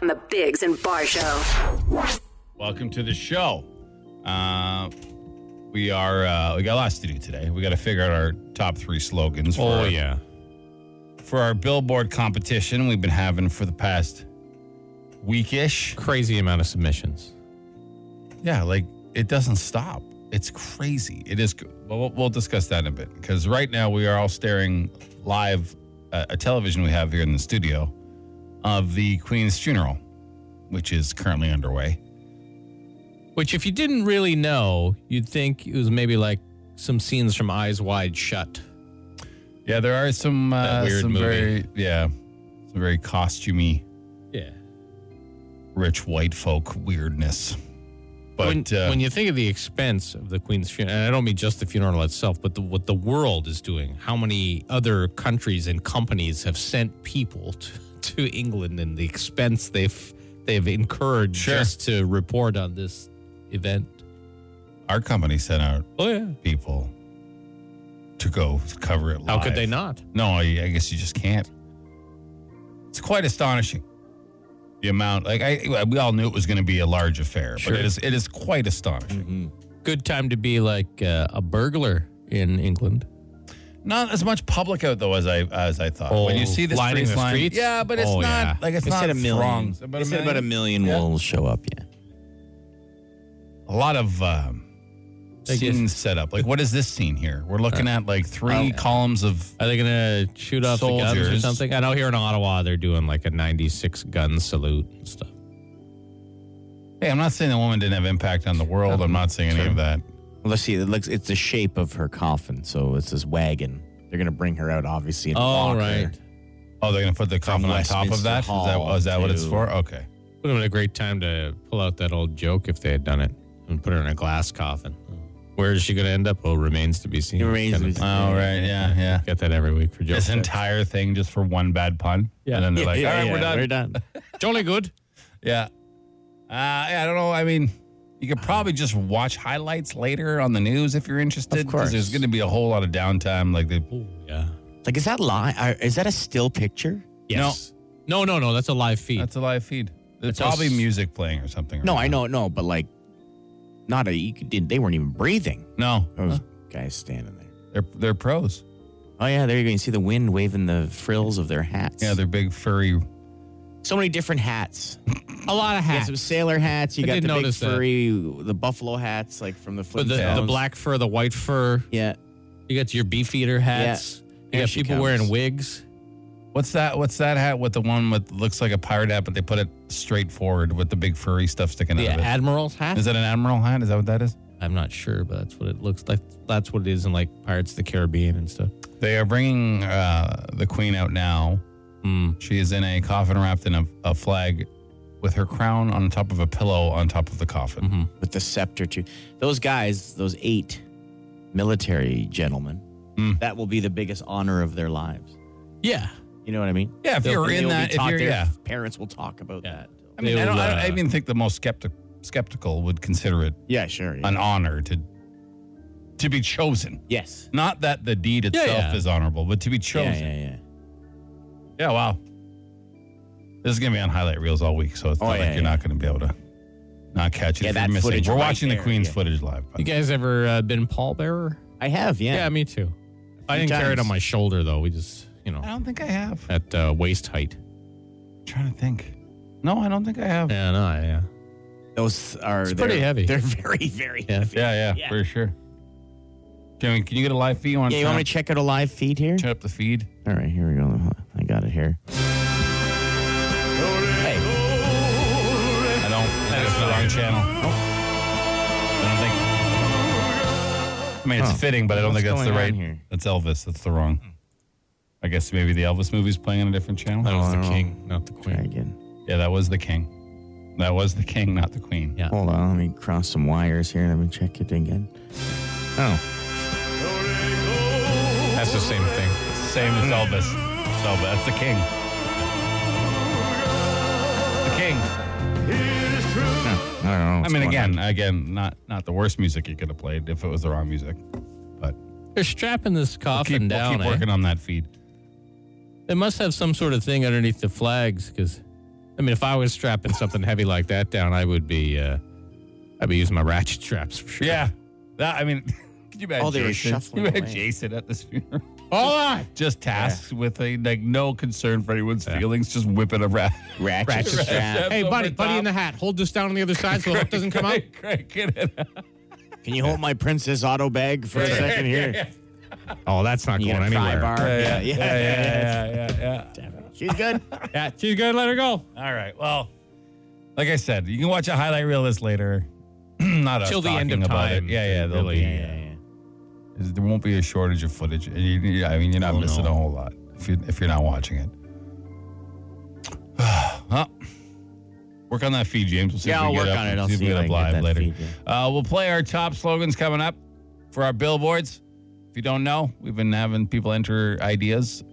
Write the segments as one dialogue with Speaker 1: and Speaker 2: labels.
Speaker 1: on the Bigs and Bar Show.
Speaker 2: Welcome to the show. Uh, we are uh, we got lots to do today. We got to figure out our top three slogans. For
Speaker 3: Oh
Speaker 2: our,
Speaker 3: yeah.
Speaker 2: for our billboard competition we've been having for the past weekish.
Speaker 3: Crazy amount of submissions.
Speaker 2: Yeah, like it doesn't stop. It's crazy. It is. Well, we'll- we'll discuss that in a bit because right now we are all staring live at a television we have here in the studio of the Queen's funeral, which is currently underway.
Speaker 3: Which, if you didn't really know, you'd think it was maybe like some scenes from Eyes Wide Shut.
Speaker 2: Yeah, there are some uh,
Speaker 3: That weird
Speaker 2: some
Speaker 3: movie.
Speaker 2: very yeah, some very costumey,
Speaker 3: Yeah.
Speaker 2: rich white folk weirdness. But
Speaker 3: when,
Speaker 2: uh,
Speaker 3: when you think of the expense of the Queen's funeral, and I don't mean just the funeral itself, but the, what the world is doing, how many other countries and companies have sent people to, to England and the expense they've they've incurred
Speaker 2: Sure.
Speaker 3: just to report on this event.
Speaker 2: our company sent out
Speaker 3: Oh yeah,
Speaker 2: people to go cover it. Live.
Speaker 3: how Oh, could they not?
Speaker 2: No, I, I guess you just can't. It's quite astonishing the amount. Like I, we all knew it was going to be a large affair,
Speaker 3: Sure.
Speaker 2: but it is it is quite astonishing.
Speaker 3: Good time to be like uh, a burglar in England.
Speaker 2: Not as much public out though as I as I thought. when you
Speaker 3: Oh,
Speaker 2: see the
Speaker 3: lining
Speaker 2: streets,
Speaker 3: the
Speaker 2: lined-
Speaker 3: streets?
Speaker 2: yeah, but it's
Speaker 3: Oh,
Speaker 2: not
Speaker 3: yeah.
Speaker 2: like it's
Speaker 4: They
Speaker 2: not
Speaker 4: said a million.
Speaker 2: throngs.
Speaker 4: They said about a million
Speaker 2: Yeah.
Speaker 4: will show up. Yeah.
Speaker 2: a lot of um,
Speaker 3: Like
Speaker 2: scenes set up. Like, what is this scene here? We're looking at like
Speaker 4: Oh,
Speaker 2: three columns of.
Speaker 3: Are they gonna shoot off the guns or
Speaker 2: Soldiers.
Speaker 3: something? I know here in Ottawa they're doing like a 96 gun salute and stuff.
Speaker 2: Hey, I'm not saying the woman didn't have impact on the world.
Speaker 4: Oh,
Speaker 2: I'm not saying any of that.
Speaker 4: Well, let's see. It looks. It's the shape of her coffin, so it's this wagon. They're gonna bring her out, obviously. And
Speaker 3: All
Speaker 4: walk
Speaker 3: right,
Speaker 4: her.
Speaker 2: Oh, they're gonna put the coffin on top of
Speaker 4: Westminster
Speaker 2: that. Is that,
Speaker 4: Hall
Speaker 2: is that what it's
Speaker 4: to-
Speaker 2: for? Okay.
Speaker 3: Would have been a great time to pull out that old joke if they had done it and put her in a glass coffin. Where is she going to end up? Oh, remains to be seen.
Speaker 4: It remains to be seen.
Speaker 2: All right. Yeah. Yeah.
Speaker 3: Get that every week for jokes.
Speaker 2: This entire thing just for one bad pun.
Speaker 3: Yeah.
Speaker 2: And then they're like,
Speaker 4: Yeah,
Speaker 2: all right,
Speaker 4: yeah,
Speaker 2: we're done.
Speaker 4: We're done.
Speaker 3: Jolly good.
Speaker 2: Yeah. Uh, yeah. I don't know. I mean, you could probably just watch highlights later on the news if you're interested.
Speaker 4: Of
Speaker 2: 'cause There's
Speaker 4: course.
Speaker 2: going to be a whole lot of downtime. Like, they,
Speaker 3: Yeah.
Speaker 4: like, is that live? are- Is that a still picture?
Speaker 3: Yes. No. no, no, That's a live feed.
Speaker 2: that's a live feed. There's
Speaker 3: That's us.
Speaker 2: probably music playing or something.
Speaker 4: No,
Speaker 2: right
Speaker 4: I
Speaker 2: now.
Speaker 4: know, no, but like, not a. You could, didn't- they weren't even breathing.
Speaker 2: No.
Speaker 4: Those guys standing there.
Speaker 2: They're, they're pros.
Speaker 4: Oh yeah, there you go. You can see the wind waving the frills of their hats.
Speaker 2: Yeah. They're big, furry.
Speaker 4: so many different hats.
Speaker 3: a lot of
Speaker 4: You got
Speaker 3: hats.
Speaker 4: some sailor hats. You
Speaker 3: I
Speaker 4: got
Speaker 3: did
Speaker 4: the big
Speaker 3: notice that.
Speaker 4: furry, the buffalo hats, like from the
Speaker 3: But the,
Speaker 4: Flintstones.
Speaker 3: the black fur, the white fur.
Speaker 4: Yeah.
Speaker 3: You got your beef eater hats.
Speaker 4: Here
Speaker 3: You got
Speaker 4: she
Speaker 3: people
Speaker 4: comes.
Speaker 3: wearing wigs.
Speaker 2: What's that? What's that hat with the one with looks like a pirate hat, but they put it straight forward with the big furry stuff sticking
Speaker 3: The
Speaker 2: out of it?
Speaker 3: admiral's hat.
Speaker 2: Is that an admiral hat? Is that what that is?
Speaker 3: I'm not sure, but that's what it looks like. That's what it is in like Pirates of the Caribbean and stuff.
Speaker 2: They are bringing uh, the queen out now.
Speaker 4: Hmm.
Speaker 3: Mm.
Speaker 2: She is in a coffin wrapped in a, a flag with her crown on top of a pillow on top of the coffin.
Speaker 4: with the scepter too. Those guys, those eight military gentlemen,
Speaker 2: Mm.
Speaker 4: that will be the biggest honor of their lives.
Speaker 3: Yeah.
Speaker 4: You know what I mean?
Speaker 2: Yeah, if
Speaker 4: They'll-
Speaker 2: you're in
Speaker 4: they'll be
Speaker 2: that, if
Speaker 4: taught-
Speaker 2: you're,
Speaker 4: their
Speaker 2: yeah.
Speaker 4: parents will talk about that.
Speaker 2: I mean, I
Speaker 3: They'll,
Speaker 2: don't, I, don't,
Speaker 3: uh,
Speaker 2: I even think the most skeptic, skeptical would consider it
Speaker 4: Yeah, sure. yeah.
Speaker 2: an honor to to be chosen.
Speaker 4: yes.
Speaker 2: Not that the deed itself
Speaker 3: yeah.
Speaker 2: is honorable, but to be chosen.
Speaker 4: Yeah,
Speaker 2: Yeah,
Speaker 4: yeah, yeah.
Speaker 2: wow. This is gonna be on highlight reels all week, so it's
Speaker 4: Oh,
Speaker 2: not like
Speaker 4: yeah,
Speaker 2: you're
Speaker 4: yeah.
Speaker 2: not gonna be able to not catch it.
Speaker 4: Yeah,
Speaker 2: if
Speaker 4: that
Speaker 2: you're missing.
Speaker 4: footage
Speaker 2: We're
Speaker 4: right
Speaker 2: watching the
Speaker 4: there,
Speaker 2: Queen's
Speaker 4: yeah.
Speaker 2: footage live. by
Speaker 3: You guys ever uh, been pallbearer?
Speaker 4: I have, yeah.
Speaker 3: Yeah, me too. I
Speaker 4: Few
Speaker 3: didn't carry it
Speaker 4: times.
Speaker 3: on my shoulder though. We just, you
Speaker 2: the way. I
Speaker 3: know,
Speaker 2: don't think I have.
Speaker 3: at uh, waist height.
Speaker 2: I'm trying to think. No, I don't think I have.
Speaker 3: Yeah, no, yeah.
Speaker 4: Those are
Speaker 3: It's pretty
Speaker 4: they're-
Speaker 3: heavy.
Speaker 4: They're very, very
Speaker 3: Yeah.
Speaker 4: heavy.
Speaker 2: Yeah, yeah,
Speaker 4: Yeah.
Speaker 2: for sure. Can, we, can you get a live feed? You want
Speaker 4: Yeah,
Speaker 2: to
Speaker 4: you want me to check out a live feed here?
Speaker 2: turn up the feed?
Speaker 4: All right, here we go. I got it here. Hey,
Speaker 2: I don't. That is the wrong channel. I don't think. I mean, it's
Speaker 4: Huh.
Speaker 2: fitting, but I don't
Speaker 4: What's
Speaker 2: think that's the
Speaker 4: going
Speaker 2: right.
Speaker 4: on here?
Speaker 2: That's Elvis. That's the wrong. I guess maybe the Elvis movie's playing on a different channel.
Speaker 3: That was the
Speaker 4: no.
Speaker 3: king, not the
Speaker 4: try
Speaker 3: queen.
Speaker 4: again.
Speaker 2: Yeah, that was the king. That was the king, not the queen.
Speaker 3: Yeah.
Speaker 4: Hold on, let me cross some wires here. Let me check it again. Oh,
Speaker 3: That's the same thing.
Speaker 2: Same as Elvis. So that's the king. The king.
Speaker 4: huh, I don't know.
Speaker 2: I
Speaker 4: what's
Speaker 2: mean,
Speaker 4: going on.
Speaker 2: again, again, not not the worst music you could have played if it was the wrong music, but
Speaker 3: They're strapping this coffin
Speaker 2: keep, we'll
Speaker 3: down.
Speaker 2: keep
Speaker 3: eh?
Speaker 2: working on that feed.
Speaker 3: They must have some sort of thing underneath the flags because I mean, if I was strapping something heavy like that down, I would be, uh, I'd be using my ratchet straps for sure.
Speaker 2: Yeah. That I mean, could you imagine
Speaker 4: Oh, they were
Speaker 2: Jason?
Speaker 4: shuffling
Speaker 2: you had
Speaker 4: away.
Speaker 2: Jason at this funeral. All right. Just tasks with a like no concern for anyone's feelings, just whipping a rat.
Speaker 4: Ratchet,
Speaker 3: Ratchet
Speaker 4: strap.
Speaker 2: strap.
Speaker 3: Hey,
Speaker 2: Over
Speaker 3: buddy,
Speaker 2: the
Speaker 3: buddy in
Speaker 2: top.
Speaker 3: the hat, hold this down on the other side so the hook doesn't come out.
Speaker 2: Cranking it out.
Speaker 4: Can you hold my Princess Auto bag for a second here?
Speaker 3: Oh, that's not
Speaker 4: You
Speaker 3: going
Speaker 4: got a pry
Speaker 3: anywhere.
Speaker 4: bar. Yeah, yeah, yeah.
Speaker 2: yeah, yeah, yeah, yeah.
Speaker 4: She's good.
Speaker 3: Yeah, she's good. Let her go.
Speaker 2: All right. Well, like I said, you can watch a highlight reel of this later. Not us
Speaker 3: Till the end
Speaker 2: talking
Speaker 3: of
Speaker 2: about
Speaker 3: time,
Speaker 2: It. Yeah, yeah. there'll
Speaker 3: really,
Speaker 2: be,
Speaker 3: yeah,
Speaker 2: There won't be a shortage of footage. You- you- I mean, you're
Speaker 4: Oh,
Speaker 2: not missing a whole lot if you if you're not watching it. well, work on that feed, James. We'll see
Speaker 4: Yeah,
Speaker 2: if
Speaker 4: I'll
Speaker 2: we
Speaker 4: work
Speaker 2: get up,
Speaker 4: on it. I'll
Speaker 2: see if
Speaker 4: see
Speaker 2: we
Speaker 4: if
Speaker 2: get up
Speaker 4: I can
Speaker 2: live
Speaker 4: get that
Speaker 2: later.
Speaker 4: feed,
Speaker 2: uh, we'll play our top slogans coming up for our billboards. If you don't know, we've been having people enter ideas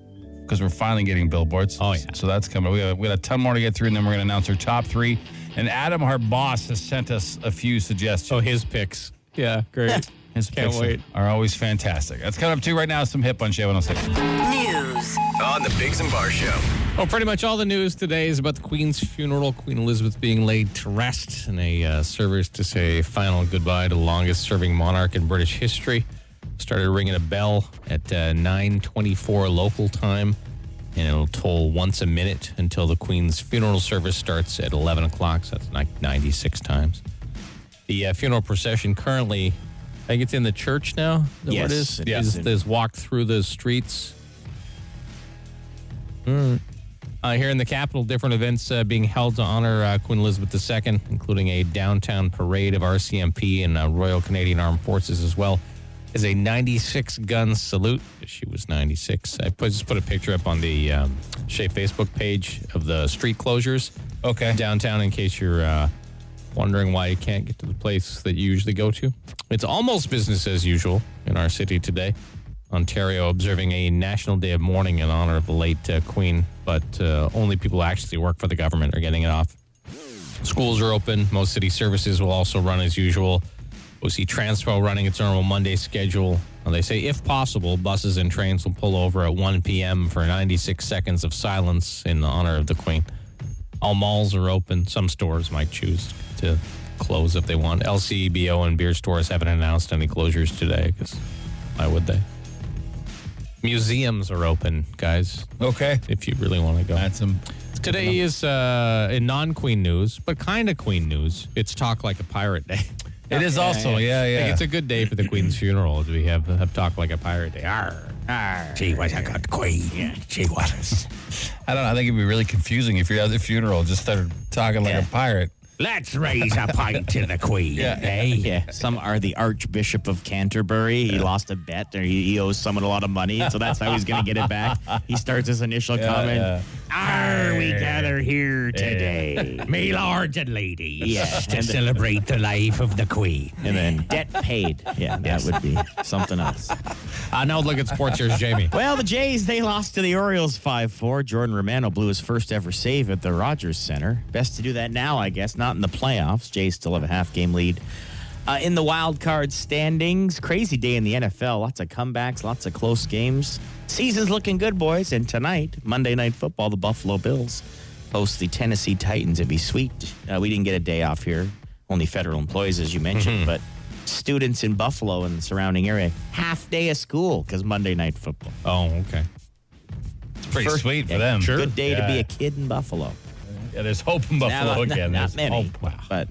Speaker 2: because we're finally getting billboards.
Speaker 3: Oh, yeah.
Speaker 2: So that's coming. We got, we got a ton more to get through, and then we're going to announce our top three. And Adam, our boss, has sent us a few suggestions.
Speaker 3: Oh, his picks. Yeah, great.
Speaker 2: His
Speaker 3: Can't
Speaker 2: picks
Speaker 3: wait.
Speaker 2: Are always fantastic. That's coming up too right now. Some hip on Shay 106.
Speaker 1: News.
Speaker 5: On the Bigs and Bar Show.
Speaker 3: Well, pretty much all the news today is about the Queen's funeral, Queen Elizabeth being laid to rest, and a uh, service to say final goodbye to the longest-serving monarch in British history. Started ringing a bell at uh, 9:24 local time, and it'll toll once a minute until the Queen's funeral service starts at 11 o'clock. So that's like 96 times. The uh, funeral procession currently, I think it's in the church now. Is that what it
Speaker 4: Yes,
Speaker 3: is?
Speaker 4: it
Speaker 3: Is
Speaker 4: is in-
Speaker 3: this walk through the streets? Uh, here in the capital, different events uh, being held to honor uh, Queen Elizabeth II, including a downtown parade of RCMP and uh, Royal Canadian Armed Forces, as well as a 96 gun salute. She was 96. I put, just put a picture up on the um, Shea Facebook page of the street closures
Speaker 2: Okay.
Speaker 3: downtown in case you're uh, wondering why you can't get to the place that you usually go to. It's almost business as usual in our city today. Ontario observing a national day of mourning in honor of the late uh, Queen, but uh, only people who actually work for the government are getting it off. Schools are open. Most city services will also run as usual. We'll see Transpo running its normal Monday schedule. Now, they say, if possible, buses and trains will pull over at 1 p.m. for 96 seconds of silence in honor of the Queen. All malls are open. Some stores might choose to close if they want. LCBO and beer stores haven't announced any closures today because why would they? Museums are open, guys,
Speaker 2: Okay.
Speaker 3: if you really want to go.
Speaker 2: That's him.
Speaker 3: Today is uh, in non Queen news, but kind of Queen news. It's Talk Like a Pirate Day.
Speaker 2: It is also, yeah, yeah.
Speaker 3: Like, it's a good day for the Queen's funeral. We have, have Talk Like a Pirate Day. Arr, arr. She was a good queen. She was.
Speaker 2: I don't know. I think it'd be really confusing if you're at the funeral just started talking like a pirate.
Speaker 3: Let's raise a pint to the Queen. eh?
Speaker 4: Yeah, some are the Archbishop of Canterbury. He lost a bet, or he, he owes someone a lot of money, so that's how he's going to get it back. He starts his initial comment: "Are we gather here today?"
Speaker 3: Me lords and ladies,
Speaker 4: Yeah.
Speaker 3: to celebrate the life of the Queen.
Speaker 4: And then debt paid. Yeah, that would be something else.
Speaker 3: Uh, now look at sports. Here's Jamie.
Speaker 4: Well, the Jays, they lost to the Orioles 5 4. Jordan Romano blew his first ever save at the Rogers Center. Best to do that now, I guess, not in the playoffs. Jays still have a half game lead. Uh, in the wild card standings, crazy day in the NFL. Lots of comebacks, lots of close games. Season's looking good, boys. And tonight, Monday Night Football, the Buffalo Bills host the Tennessee Titans. It'd be sweet. Uh, we didn't get a day off here, only federal employees, as you mentioned, but students in Buffalo and the surrounding area, half day of school because Monday Night Football.
Speaker 3: Oh, okay.
Speaker 2: It's pretty
Speaker 4: First-
Speaker 2: sweet for
Speaker 4: yeah,
Speaker 2: them.
Speaker 4: Good day
Speaker 2: Yeah.
Speaker 4: to be a kid in Buffalo.
Speaker 2: Yeah, there's hope in Buffalo
Speaker 4: Now, not-
Speaker 2: again.
Speaker 4: Not,
Speaker 2: There's
Speaker 4: many,
Speaker 2: Hope. Wow.
Speaker 4: but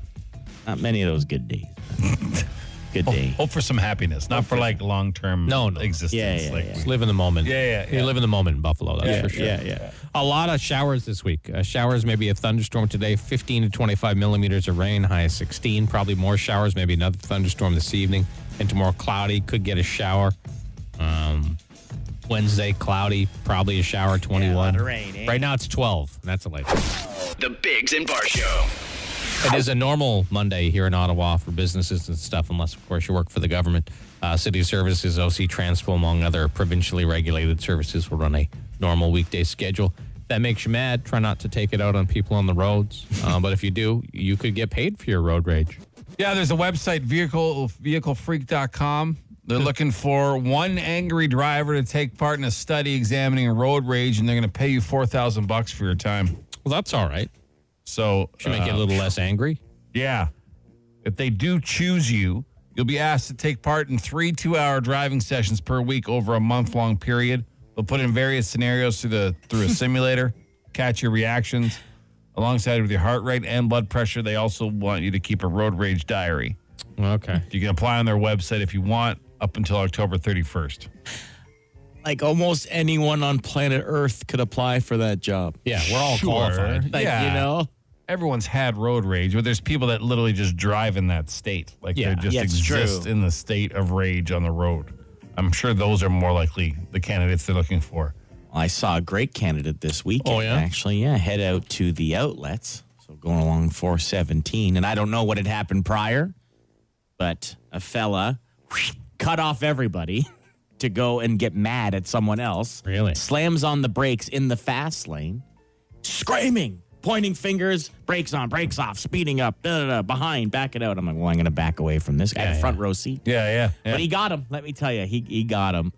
Speaker 4: not many of those good days. good day.
Speaker 2: Hope for some happiness, not for like long term
Speaker 3: No, no.
Speaker 2: existence.
Speaker 4: Yeah, yeah,
Speaker 2: like,
Speaker 4: yeah.
Speaker 3: Just live in the moment.
Speaker 2: Yeah, yeah, yeah.
Speaker 3: You live in the moment in Buffalo, that's for sure.
Speaker 4: yeah, yeah.
Speaker 3: A lot of showers this week. Uh, showers, maybe a thunderstorm today, 15 to 25 millimeters of rain, high of 16. Probably more showers, maybe another thunderstorm this evening. And tomorrow, cloudy, could get a shower. Um, Wednesday, cloudy, probably a shower, 21.
Speaker 4: lot of rain, eh?
Speaker 3: Right now, it's 12. and That's a late.
Speaker 5: The Bigs and Bar Show.
Speaker 3: It is a normal Monday here in Ottawa for businesses and stuff, unless, of course, you work for the government. Uh, City Services, OC Transpo, among other provincially regulated services, will run a normal weekday schedule. If that makes you mad. Try not to take it out on people on the roads. uh, but if you do, you could get paid for your road rage.
Speaker 2: Yeah, there's a website, vehicle vehiclefreak.com. They're looking for one angry driver to take part in a study examining road rage, and they're going to pay you four thousand bucks for your time.
Speaker 3: Well, that's all right.
Speaker 2: So
Speaker 3: Should make you
Speaker 2: uh,
Speaker 3: a little less angry.
Speaker 2: Yeah. If they do choose you, you'll be asked to take part in three two hour driving sessions per week over a month long period. They'll put in various scenarios through the through a simulator, catch your reactions alongside with your heart rate and blood pressure. They also want you to keep a road rage diary.
Speaker 3: Okay.
Speaker 2: You can apply on their website if you want up until October 31st.
Speaker 4: Like almost anyone on planet Earth could apply for that job.
Speaker 3: Yeah, we're all
Speaker 2: Sure.
Speaker 3: qualified.
Speaker 4: Like,
Speaker 2: Yeah.
Speaker 4: you know?
Speaker 2: Everyone's had road rage, but there's people that literally just drive in that state. Like
Speaker 3: Yeah.
Speaker 2: they just
Speaker 4: Yeah, it's true.
Speaker 2: exist in the state of rage on the road. I'm sure those are more likely the candidates they're looking for.
Speaker 4: I saw a great candidate this weekend.
Speaker 3: Oh, yeah?
Speaker 4: Actually, yeah. Head out to the outlets. So going along 417. And I don't know what had happened prior, but a fella cut off everybody to go and get mad at someone else.
Speaker 3: Really?
Speaker 4: Slams on the brakes in the fast lane, screaming, pointing fingers, brakes on, brakes off, speeding up, da, da, da, behind, back it out. I'm like, well, I'm going to back away from this guy.
Speaker 3: Yeah,
Speaker 4: had a front row seat.
Speaker 2: Yeah, yeah. yeah.
Speaker 4: But he got him. Let me tell you, he, he got him.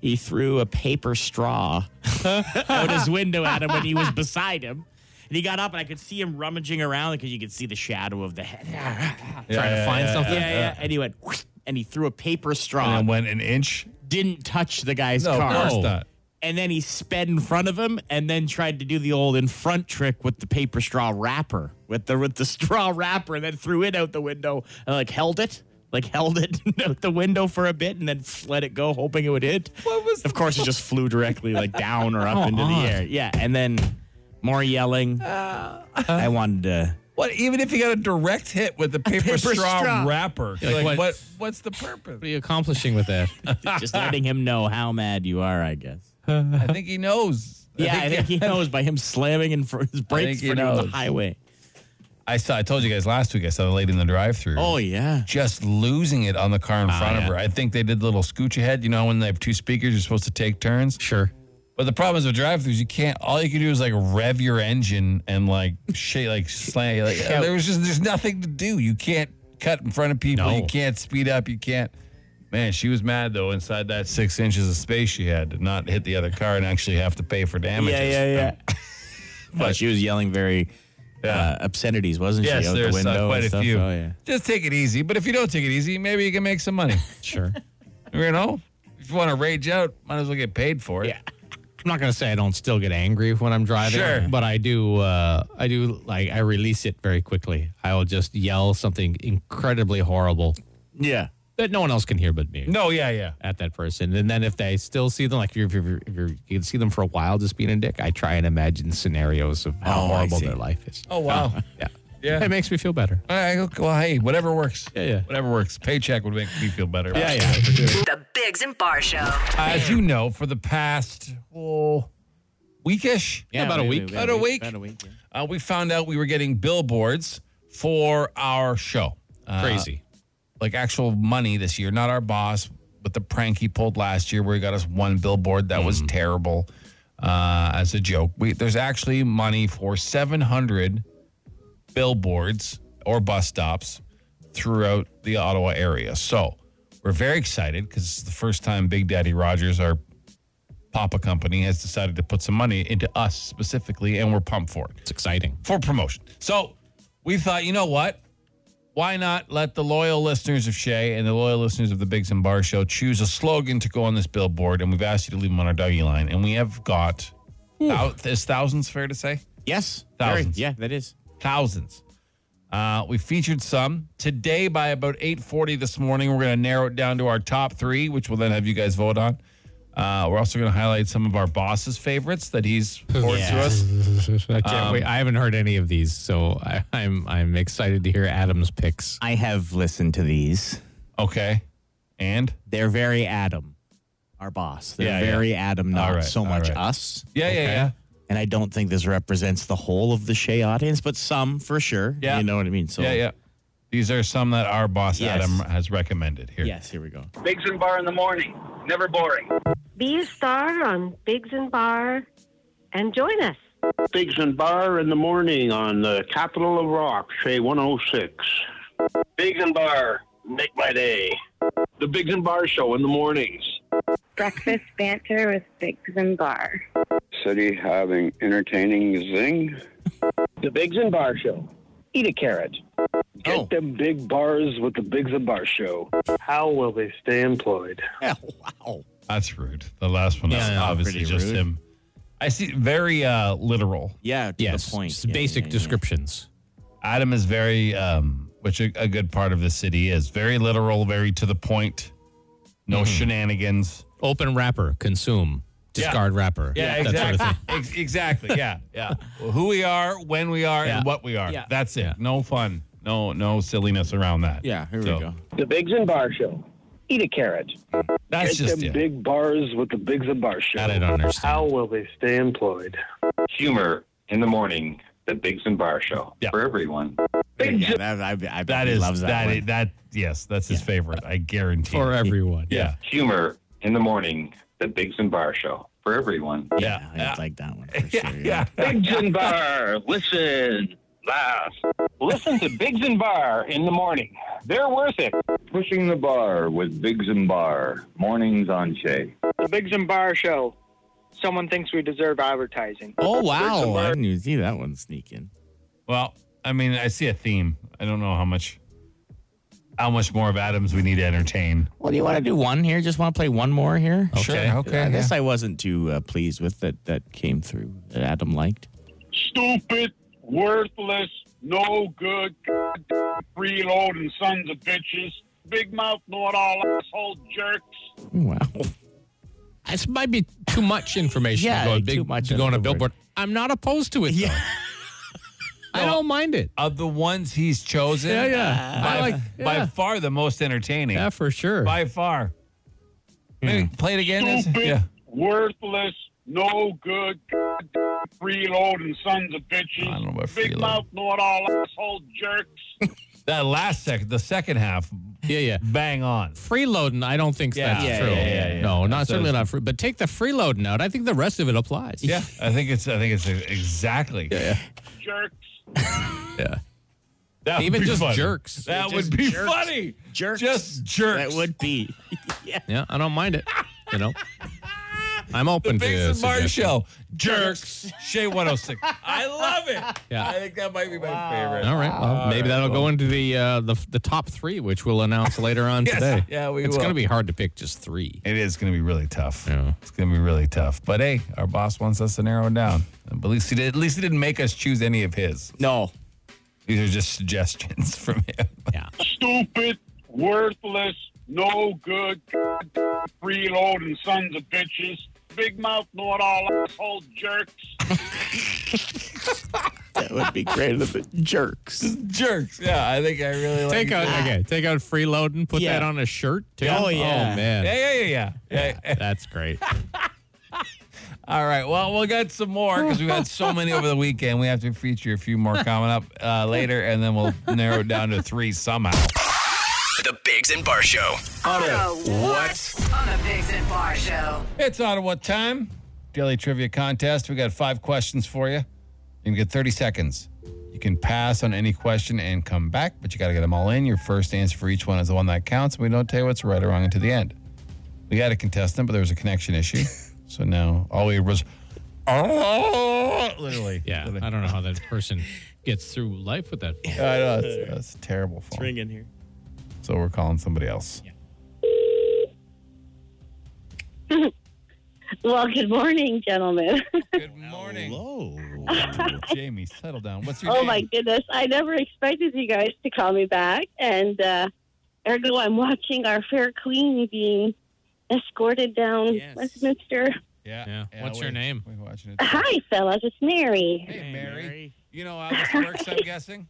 Speaker 4: he threw a paper straw out his window at him when he was beside him. And he got up, and I could see him rummaging around because you could see the shadow of the head. yeah,
Speaker 2: Yeah,
Speaker 3: Trying to
Speaker 2: yeah,
Speaker 3: find
Speaker 2: yeah,
Speaker 3: something.
Speaker 2: yeah.
Speaker 4: yeah. And he went, whoosh, and he threw a paper straw.
Speaker 2: And then went an inch.
Speaker 4: didn't touch the guy's
Speaker 2: No,
Speaker 4: car.
Speaker 2: of course not.
Speaker 4: And then he sped in front of him, and then tried to do the old in front trick with the paper straw wrapper, with the with the straw wrapper, and then threw it out the window and like held it, like held it out the window for a bit, and then let it go, hoping it would hit. What was of course, it just flew directly like down or up
Speaker 3: Oh,
Speaker 4: into
Speaker 3: odd.
Speaker 4: the air. Yeah, and then more yelling. I wanted to.
Speaker 2: What? Even if you got a direct hit with the paper,
Speaker 4: paper
Speaker 2: straw,
Speaker 4: straw.
Speaker 2: wrapper,
Speaker 3: Like,
Speaker 2: like,
Speaker 3: what-
Speaker 2: what? What's the purpose?
Speaker 3: What are you accomplishing with that?
Speaker 4: Just letting him know how mad you are, I guess.
Speaker 2: I think he knows.
Speaker 4: Yeah, I think he knows by him slamming in front his brakes
Speaker 2: he
Speaker 4: for the
Speaker 2: knows.
Speaker 4: highway.
Speaker 2: I saw. I told you guys last week. I saw a lady in the drive-through.
Speaker 4: Oh yeah. Ah,
Speaker 2: just losing it on the car in front of
Speaker 3: yeah.
Speaker 2: her. I think they did a little scooch ahead. You know, when they have two speakers, you're supposed to take turns.
Speaker 3: sure.
Speaker 2: But the problem is with drive-throughs, you can't. All you can do is like rev your engine and like shake, like slam. Like,
Speaker 4: Shout.
Speaker 2: there was just there's nothing to do. You can't cut in front of people.
Speaker 3: No.
Speaker 2: You can't speed up. You can't. Man, she was mad though. Inside that six inches of space she had to not hit the other car and actually have to pay for damages.
Speaker 4: Yeah, yeah, yeah. but she was yelling very
Speaker 2: Yeah.
Speaker 4: uh, obscenities, wasn't
Speaker 2: Yes,
Speaker 4: she? Out
Speaker 2: there's
Speaker 4: the window
Speaker 2: uh,
Speaker 4: and
Speaker 2: quite a
Speaker 4: stuff?
Speaker 2: few.
Speaker 4: Oh, yeah.
Speaker 2: Just take it easy. But if you don't take it easy, maybe you can make some money.
Speaker 3: Sure.
Speaker 2: you know, if you want to rage out, might as well get paid for it.
Speaker 4: Yeah.
Speaker 3: I'm not gonna say I don't still get angry when I'm driving,
Speaker 2: Sure.
Speaker 3: but I do. Uh, I do like I release it very quickly. I will just yell something incredibly horrible
Speaker 4: Yeah.
Speaker 3: that no one else can hear but me.
Speaker 2: No, yeah, yeah.
Speaker 3: At that person, and then if they still see them, like if, you're, if, you're, if you're, you can see them for a while, just being a dick, I try and imagine scenarios of how
Speaker 4: Oh, I
Speaker 3: horrible
Speaker 4: see.
Speaker 3: their life is.
Speaker 2: Oh wow.
Speaker 3: Yeah,
Speaker 2: Yeah.
Speaker 3: it makes me feel better.
Speaker 2: All right. okay, Well, hey, whatever works.
Speaker 3: Yeah, yeah.
Speaker 2: Whatever works. Paycheck would make me feel better.
Speaker 3: Yeah, yeah, for sure.
Speaker 1: The Bigs and Bar Show.
Speaker 2: As you know, for the past oh, weekish,
Speaker 3: Yeah, about a week.
Speaker 2: About a week.
Speaker 4: About a week. yeah.
Speaker 2: uh, we found out we were getting billboards for our show. Uh,
Speaker 3: Crazy.
Speaker 2: like actual money this year, not our boss, but the prank he pulled last year where he got us one billboard that was terrible uh, as a joke. We, there's actually money for 700 billboards or bus stops throughout the Ottawa area. So we're very excited because it's the first time Big Daddy Rogers, our Papa company, has decided to put some money into us specifically, and we're pumped for it
Speaker 3: It's exciting.
Speaker 2: for promotion. So we thought, you know what? Why not let the loyal listeners of Shea and the loyal listeners of the Bigs and Bar Show choose a slogan to go on this billboard? And we've asked you to leave them on our Dougie line. And we have got, thou- is thousands fair to say?
Speaker 4: Yes.
Speaker 2: Thousands.
Speaker 4: Very- Yeah, that is.
Speaker 2: Thousands. Uh, we featured some today by about 8.40 this morning. We're going to narrow it down to our top three, which we'll then have you guys vote on. Uh, we're also going to highlight some of our boss's favorites that he's poured to
Speaker 4: Yeah.
Speaker 2: us.
Speaker 3: I can't wait. Um, I haven't heard any of these, so I, I'm I'm excited to hear Adam's picks.
Speaker 4: I have listened to these.
Speaker 2: Okay. And?
Speaker 4: They're very Adam, our boss. They're
Speaker 2: Yeah, yeah.
Speaker 4: very Adam, not
Speaker 2: All right,
Speaker 4: so
Speaker 2: all
Speaker 4: much
Speaker 2: right.
Speaker 4: us.
Speaker 2: Yeah, yeah, yeah.
Speaker 4: And I don't think this represents the whole of the Shea audience, but some for sure.
Speaker 2: Yeah.
Speaker 4: You know what I mean? So
Speaker 2: Yeah, yeah. These are some that our boss
Speaker 4: Yes.
Speaker 2: Adam has recommended here.
Speaker 4: Yes, here we go.
Speaker 5: Bigs and Bar in the morning. Never boring.
Speaker 6: be a star on Bigs and Bar and join us.
Speaker 7: Bigs and Bar in the morning on the capital of rock, Shea 106. Bigs and Bar, make my day. The Bigs and Bar Show in the mornings.
Speaker 8: breakfast banter with Biggs and Bar.
Speaker 9: City having entertaining zing.
Speaker 5: The Bigs and Bar Show. Eat a carrot. Get
Speaker 2: Oh.
Speaker 5: them big bars with the Bigs and Bar Show. How will they stay employed?
Speaker 3: wow.
Speaker 2: That's rude. The last one
Speaker 3: Yeah,
Speaker 2: that's
Speaker 3: yeah,
Speaker 2: obviously
Speaker 4: pretty
Speaker 2: just
Speaker 4: rude.
Speaker 2: him. I see very uh, literal.
Speaker 4: Yeah, to
Speaker 3: Yes.
Speaker 4: the point.
Speaker 3: Just
Speaker 4: Yeah,
Speaker 3: basic
Speaker 4: yeah, yeah.
Speaker 3: descriptions.
Speaker 2: Adam is very, um, which a, a good part of the city is very literal, very to the point. No shenanigans.
Speaker 3: Open wrapper, consume,
Speaker 2: Yeah.
Speaker 3: discard wrapper. that sort of thing.
Speaker 2: Ex- exactly. Yeah, yeah. Who we are, when we are,
Speaker 3: Yeah.
Speaker 2: and what we are.
Speaker 4: Yeah.
Speaker 2: That's it. No fun. No, no silliness around that.
Speaker 4: Yeah, here
Speaker 2: So,
Speaker 4: we go.
Speaker 5: The Bigs and Bar Show. Eat a carrot.
Speaker 2: That's
Speaker 5: Get
Speaker 2: just
Speaker 5: them
Speaker 2: it.
Speaker 5: big bars with the Bigs and Bar Show.
Speaker 3: That I don't understand.
Speaker 5: How will they stay employed?
Speaker 8: Humor in the morning, the Biggs and Bar Show
Speaker 2: Yeah.
Speaker 8: for everyone.
Speaker 4: Yeah, that, I, I bet
Speaker 2: that
Speaker 4: he
Speaker 2: is
Speaker 4: loves that,
Speaker 2: that
Speaker 4: one.
Speaker 2: is- that. Yes, that's his favorite. I guarantee.
Speaker 3: for
Speaker 2: it.
Speaker 3: everyone.
Speaker 2: yeah.
Speaker 8: Humor in the morning, the Biggs and Bar Show for everyone.
Speaker 4: yeah,
Speaker 2: yeah.
Speaker 4: I like that one for sure. Yeah.
Speaker 7: Bigs and Bar, listen, laugh. Listen to Bigs and Bar in the morning. They're worth it.
Speaker 8: Pushing the bar with Biggs and Bar, mornings on Shay.
Speaker 5: The Bigs and Bar Show. Someone thinks we deserve advertising.
Speaker 4: Oh wow! I didn't even see that one sneaking.
Speaker 2: Well, I mean, I see a theme. I don't know how much, how much more of Adams we need to entertain.
Speaker 4: Well, do you want to do one here? Just want to play one more here?
Speaker 2: Okay,
Speaker 4: Sure.
Speaker 2: okay,
Speaker 4: Oh, I guess
Speaker 2: yeah.
Speaker 4: I wasn't too uh, pleased with that. That came through that Adam liked.
Speaker 7: Stupid, worthless, no good, freeloading sons of bitches. Big mouth, know it all, asshole jerks.
Speaker 4: Wow.
Speaker 3: This might be too much information
Speaker 4: Yeah,
Speaker 3: to go, a
Speaker 4: too
Speaker 3: big,
Speaker 4: much
Speaker 3: to go on a
Speaker 4: of the word.
Speaker 3: billboard. I'm not opposed to it. Yeah. I don't mind it.
Speaker 2: Of the ones he's chosen,
Speaker 3: Yeah, yeah.
Speaker 2: by,
Speaker 3: I like-
Speaker 2: by
Speaker 3: yeah.
Speaker 2: far the most entertaining.
Speaker 3: Yeah, Hmm. for sure.
Speaker 2: By far. Maybe play it again. is-
Speaker 7: Stupid,
Speaker 2: Yeah.
Speaker 7: worthless, no good, freeloading sons of bitches.
Speaker 2: I don't know about
Speaker 7: Big
Speaker 2: freeloading.
Speaker 7: mouth, know it all, asshole jerks.
Speaker 2: That last second, the second half,
Speaker 3: Yeah, yeah.
Speaker 2: bang on.
Speaker 3: Freeloading, I don't think
Speaker 2: Yeah,
Speaker 3: that's
Speaker 2: yeah,
Speaker 3: true.
Speaker 2: yeah, yeah, yeah.
Speaker 3: No, not
Speaker 2: That's-
Speaker 3: certainly not free. But take the freeloading out. I think the rest of it applies.
Speaker 2: Yeah, I think it's. I think it's exactly. Yeah,
Speaker 7: Jerks.
Speaker 2: That would
Speaker 3: Even
Speaker 2: be
Speaker 3: just
Speaker 2: funny.
Speaker 3: jerks.
Speaker 2: That
Speaker 4: Just
Speaker 2: would be
Speaker 4: jerks.
Speaker 2: funny.
Speaker 4: Jerks.
Speaker 2: Just jerks.
Speaker 4: That would be.
Speaker 3: Yeah, I don't mind it. You know, I'm open to
Speaker 2: Biggs and Martin
Speaker 3: suggestions.
Speaker 2: show. Jerks. Shay 106. I love it.
Speaker 3: Yeah.
Speaker 2: I think that might be my favorite.
Speaker 3: All right. Well, maybe
Speaker 2: right,
Speaker 3: that'll
Speaker 2: well.
Speaker 3: go into the uh, the the top three, which we'll announce later on
Speaker 2: Yes.
Speaker 3: today.
Speaker 2: Yeah, we
Speaker 3: It's
Speaker 2: will.
Speaker 3: gonna be hard to pick just three.
Speaker 2: It is going to be really tough.
Speaker 3: Yeah.
Speaker 2: It's going to be really tough. But hey, our boss wants us to narrow it down. But at least he did, at least he didn't make us choose any of his.
Speaker 4: No.
Speaker 2: These are just suggestions from him.
Speaker 7: Stupid, worthless, no good, freeloading sons of bitches. Big mouth, know it all, asshole jerks.
Speaker 4: That would be great. The jerks.
Speaker 2: Jerks. Yeah, I think I really like
Speaker 3: Take out okay. Take out freeloading. Put
Speaker 4: Yeah.
Speaker 3: that on a shirt. Too.
Speaker 4: Oh, yeah.
Speaker 3: Oh man.
Speaker 2: Yeah, yeah, yeah, yeah. yeah.
Speaker 3: That's great.
Speaker 2: All right. Well, we'll get some more because we've had so many over the weekend. We have to feature a few more coming up uh, later, and then we'll narrow it down to three somehow.
Speaker 9: The Bigs and Bar Show.
Speaker 1: Ottawa. What? On the Bigs and Bar Show.
Speaker 2: It's Ottawa time. Daily trivia contest. We got five questions for you. You can get 30 seconds. You can pass on any question and come back, but you got to get them all in. Your first answer for each one is the one that counts. We don't tell you what's right or wrong until the end. We had a contestant, but there was a connection issue. so now all we was, oh, literally.
Speaker 3: Yeah. I don't know how that person gets through life with that. phone.
Speaker 2: I know. It's, that's a terrible phone.
Speaker 4: Ringing here.
Speaker 2: So we're calling somebody else.
Speaker 6: Well, good morning, gentlemen.
Speaker 2: Good morning.
Speaker 4: Hello.
Speaker 2: Jamie, settle down. What's your
Speaker 6: oh
Speaker 2: name?
Speaker 6: my goodness, I never expected you guys to call me back. And uh, ergo, I'm watching our fair queen being escorted down
Speaker 4: Yes.
Speaker 6: Westminster.
Speaker 2: Yeah.
Speaker 3: Yeah. What's your
Speaker 2: we-
Speaker 3: name?
Speaker 2: We're watching it.
Speaker 6: Hi, fellas, it's Mary.
Speaker 2: Hey, Mary. You know how this works, I'm guessing?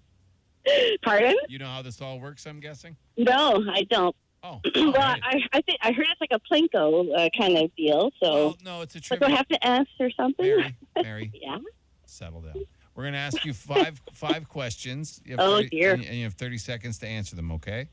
Speaker 6: Pardon?
Speaker 2: You know how this all works, I'm guessing?
Speaker 6: No, I don't.
Speaker 2: Oh.
Speaker 6: well,
Speaker 2: all right.
Speaker 6: I, I think I heard it's like a Plinko uh, kind of deal. So,
Speaker 2: Well, no, it's a
Speaker 6: like, do I
Speaker 2: trivia.
Speaker 6: have to ask or something?
Speaker 2: Oh, Mary, Mary,
Speaker 6: Yeah.
Speaker 2: settle down. We're going to ask you five five questions. You have
Speaker 6: Oh,
Speaker 2: 30
Speaker 6: dear.
Speaker 2: And, and you have 30 seconds to answer them, okay?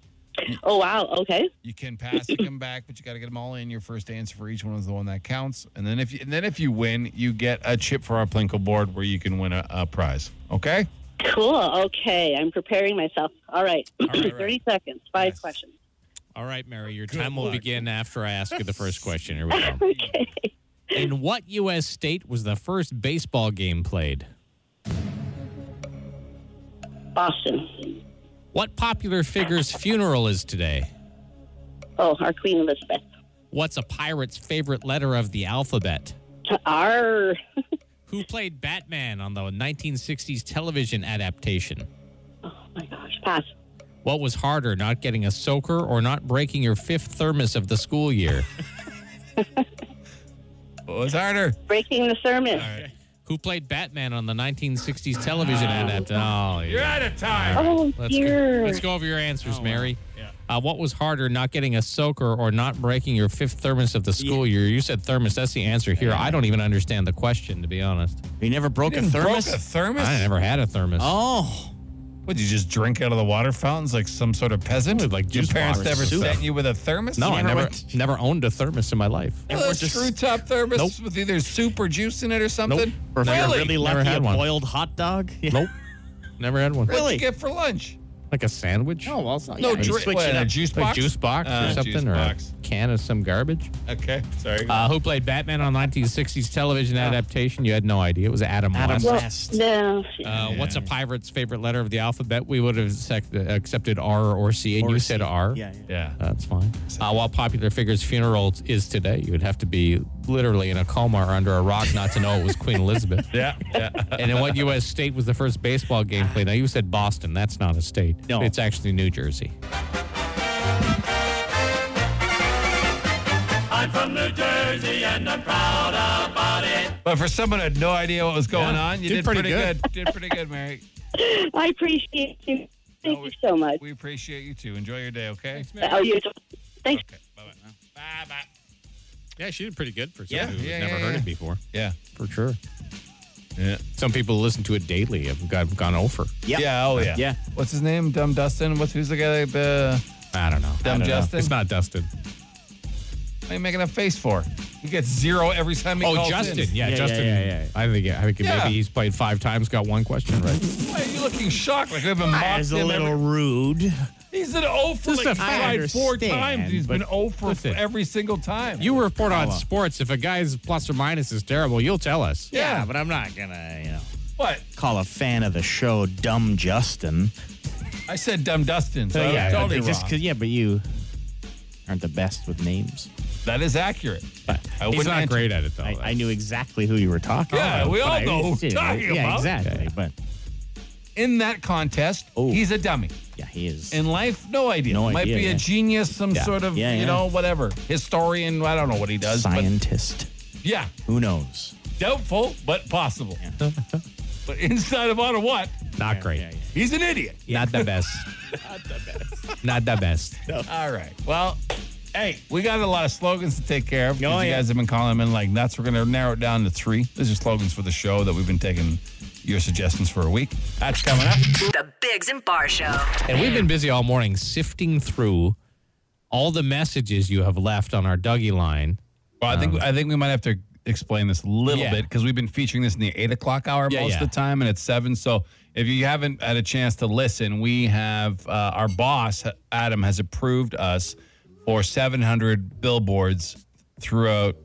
Speaker 6: Oh wow. Okay.
Speaker 2: You can pass and come back, but you got to get them all in. Your first answer for each one is the one that counts. And then if you, and then if you win, you get a chip for our Plinko board where you can win a, a prize, okay?
Speaker 6: Cool. Okay. I'm preparing myself. All right.
Speaker 2: right, right.
Speaker 6: 30 seconds. Five
Speaker 2: Yes.
Speaker 6: questions.
Speaker 3: All right, Mary. Your time will begin after I ask you the first question. Here we go.
Speaker 6: Okay.
Speaker 3: In what U.S. state was the first baseball game played?
Speaker 6: Boston.
Speaker 3: What popular figure's funeral is today?
Speaker 6: Oh, our Queen Elizabeth.
Speaker 3: What's a pirate's favorite letter of the alphabet?
Speaker 6: Our
Speaker 3: Who played Batman on the 1960s television adaptation?
Speaker 6: oh my gosh, pass.
Speaker 3: What was harder, not getting a soaker or not breaking your fifth thermos of the school year?
Speaker 2: What was Oh, harder?
Speaker 6: Breaking the sermon.
Speaker 3: Who played Batman on the 1960s television adaptation? Oh, yeah.
Speaker 2: out of time.
Speaker 6: Oh
Speaker 3: Let's
Speaker 6: dear.
Speaker 3: go, let's go over your
Speaker 4: Oh,
Speaker 3: answers, Mary. Uh, what was harder, not getting a soaker or not breaking your fifth thermos of the school year? You said thermos. That's the answer here. I don't even understand the question, to be honest.
Speaker 4: You never broke a thermos?
Speaker 2: Oh, Broke a thermos?
Speaker 3: I never had a thermos.
Speaker 4: Oh,
Speaker 2: What, you just drink out of the water fountains like some sort of peasant?
Speaker 3: Like
Speaker 2: Your
Speaker 3: juice
Speaker 2: parents
Speaker 3: box.
Speaker 2: never
Speaker 3: Soup.
Speaker 2: sent you with a thermos?
Speaker 3: no,
Speaker 2: You
Speaker 3: I never,
Speaker 4: went-
Speaker 3: never owned a thermos in my life.
Speaker 2: One of those true top thermos
Speaker 3: Nope.
Speaker 2: with either soup or juice in it or something?
Speaker 4: or if
Speaker 2: Really?
Speaker 4: you're really
Speaker 3: Never
Speaker 4: lucky,
Speaker 3: had
Speaker 4: a
Speaker 3: one.
Speaker 4: boiled hot dog. Yeah.
Speaker 3: Nope. Never had one.
Speaker 2: What'd
Speaker 4: Really?
Speaker 2: you get for lunch?
Speaker 3: Like a sandwich?
Speaker 4: No, well, it's not.
Speaker 2: No
Speaker 4: yeah, you
Speaker 2: drink-
Speaker 4: switch
Speaker 2: what,
Speaker 4: it
Speaker 2: a
Speaker 4: up.
Speaker 2: juice
Speaker 3: Like
Speaker 2: box?
Speaker 3: juice box
Speaker 2: Uh,
Speaker 3: or something,
Speaker 2: juice
Speaker 3: or
Speaker 2: box.
Speaker 3: a can of some garbage.
Speaker 2: Okay, sorry.
Speaker 3: Uh, who played Batman on 1960s television adaptation? You had no idea. It was Adam,
Speaker 4: Adam
Speaker 3: West.
Speaker 4: West.
Speaker 6: No.
Speaker 3: Uh, What's a pirate's favorite letter of the alphabet? We would have sec- accepted R or C, and you said R.
Speaker 4: Yeah, yeah.
Speaker 2: yeah.
Speaker 3: That's fine. Uh, while popular figure's funeral is today, you would have to be literally in a coma or under a rock not to know it was Queen Elizabeth.
Speaker 2: Yeah, yeah.
Speaker 3: And in what U.S. state was the first baseball game played? Now, you said Boston. That's not a state.
Speaker 4: No.
Speaker 3: It's actually New Jersey.
Speaker 2: But for someone who had no idea what was going
Speaker 3: Yeah,
Speaker 2: on, you
Speaker 3: did
Speaker 2: did,
Speaker 3: pretty
Speaker 2: pretty,
Speaker 3: good.
Speaker 2: good. Did pretty good, Mary.
Speaker 6: I appreciate you. Thank
Speaker 2: No,
Speaker 6: you so much.
Speaker 2: We appreciate you too. Enjoy your day, okay?
Speaker 6: oh, you. Thanks.
Speaker 2: Bye bye.
Speaker 3: Yeah, she did pretty good for
Speaker 2: Yeah,
Speaker 3: who's
Speaker 2: yeah, yeah, yeah.
Speaker 3: before.
Speaker 2: Yeah.
Speaker 3: For sure.
Speaker 2: Yeah.
Speaker 3: Some people listen to it daily. I've got, gone over.
Speaker 4: Yep.
Speaker 2: Yeah. Oh yeah.
Speaker 4: Yeah.
Speaker 2: What's his name? Dumb Dustin. What's who's the guy? That, uh,
Speaker 3: I don't know.
Speaker 2: Dumb
Speaker 3: I don't know.
Speaker 2: Justin?
Speaker 3: It's not Dustin.
Speaker 2: what are you making a face for? He gets zero every time he
Speaker 3: Oh,
Speaker 2: calls
Speaker 3: Justin.
Speaker 2: in.
Speaker 3: Yeah,
Speaker 4: Yeah, yeah,
Speaker 3: Justin.
Speaker 4: yeah, yeah.
Speaker 3: I think I think
Speaker 2: Yeah.
Speaker 3: maybe he's played five times, got one question right.
Speaker 2: Why are you looking shocked? Like I've been
Speaker 4: That
Speaker 2: mocked
Speaker 4: is
Speaker 2: him
Speaker 4: a little
Speaker 2: every-
Speaker 4: rude.
Speaker 2: He's an O for
Speaker 3: Just
Speaker 2: like
Speaker 3: a
Speaker 2: five,
Speaker 4: fact.
Speaker 2: four
Speaker 4: I understand,
Speaker 2: times. He's been
Speaker 4: but
Speaker 2: O for
Speaker 3: listen.
Speaker 2: every single time.
Speaker 3: you report on sports. If a guy's plus or minus is terrible, you'll tell us.
Speaker 2: Yeah.
Speaker 4: but I'm not gonna, you know,
Speaker 2: what?
Speaker 4: call a fan of the show dumb Justin.
Speaker 2: I said Dumb Dustin. So
Speaker 4: So,
Speaker 2: yeah,
Speaker 4: Uh, yeah,
Speaker 2: totally
Speaker 4: they
Speaker 2: wrong.
Speaker 4: just 'cause- yeah, but you aren't the best with names.
Speaker 2: that is accurate. I
Speaker 3: He's
Speaker 2: wouldn't
Speaker 3: not
Speaker 2: answer-
Speaker 3: great at it though.
Speaker 4: I, I knew exactly who you were talking.
Speaker 2: Yeah,
Speaker 4: about,
Speaker 2: we
Speaker 4: but
Speaker 2: all
Speaker 4: I-
Speaker 2: know who you're talking
Speaker 4: yeah,
Speaker 2: about.
Speaker 4: exactly. But
Speaker 2: In that contest,
Speaker 4: Oh.
Speaker 2: he's a dummy.
Speaker 4: yeah, he is.
Speaker 2: In life, no idea.
Speaker 4: No
Speaker 2: Might
Speaker 4: idea,
Speaker 2: be
Speaker 4: yeah.
Speaker 2: a genius, some
Speaker 4: Yeah.
Speaker 2: sort of,
Speaker 4: Yeah,
Speaker 2: you
Speaker 4: yeah.
Speaker 2: know, whatever. Historian. I don't know what he does. but-
Speaker 4: scientist.
Speaker 2: yeah.
Speaker 4: Who knows?
Speaker 2: Doubtful, but possible. but inside of Ottawa, what?
Speaker 3: Not great.
Speaker 2: He's an idiot.
Speaker 3: Not the best. not the best. Not the best.
Speaker 2: All right. Well, hey, we got a lot of slogans to take care of. because
Speaker 4: Oh,
Speaker 2: you
Speaker 4: yeah.
Speaker 2: guys have been calling them in like nuts. We're going to narrow it down to three. These are slogans for the show that we've been taking your suggestions for a week. That's coming up.
Speaker 1: The Bigs and Bar Show.
Speaker 3: And we've been busy all morning sifting through all the messages you have left on our Dougie line.
Speaker 2: Well, I think I think we might have to explain this a little
Speaker 3: Um, Yeah.
Speaker 2: bit because we've been featuring this in the eight o'clock hour
Speaker 3: Yeah,
Speaker 2: most
Speaker 3: yeah.
Speaker 2: of the time, and it's seven. So if you haven't had a chance to listen, we have uh, our boss Adam has approved us for seven hundred billboards throughout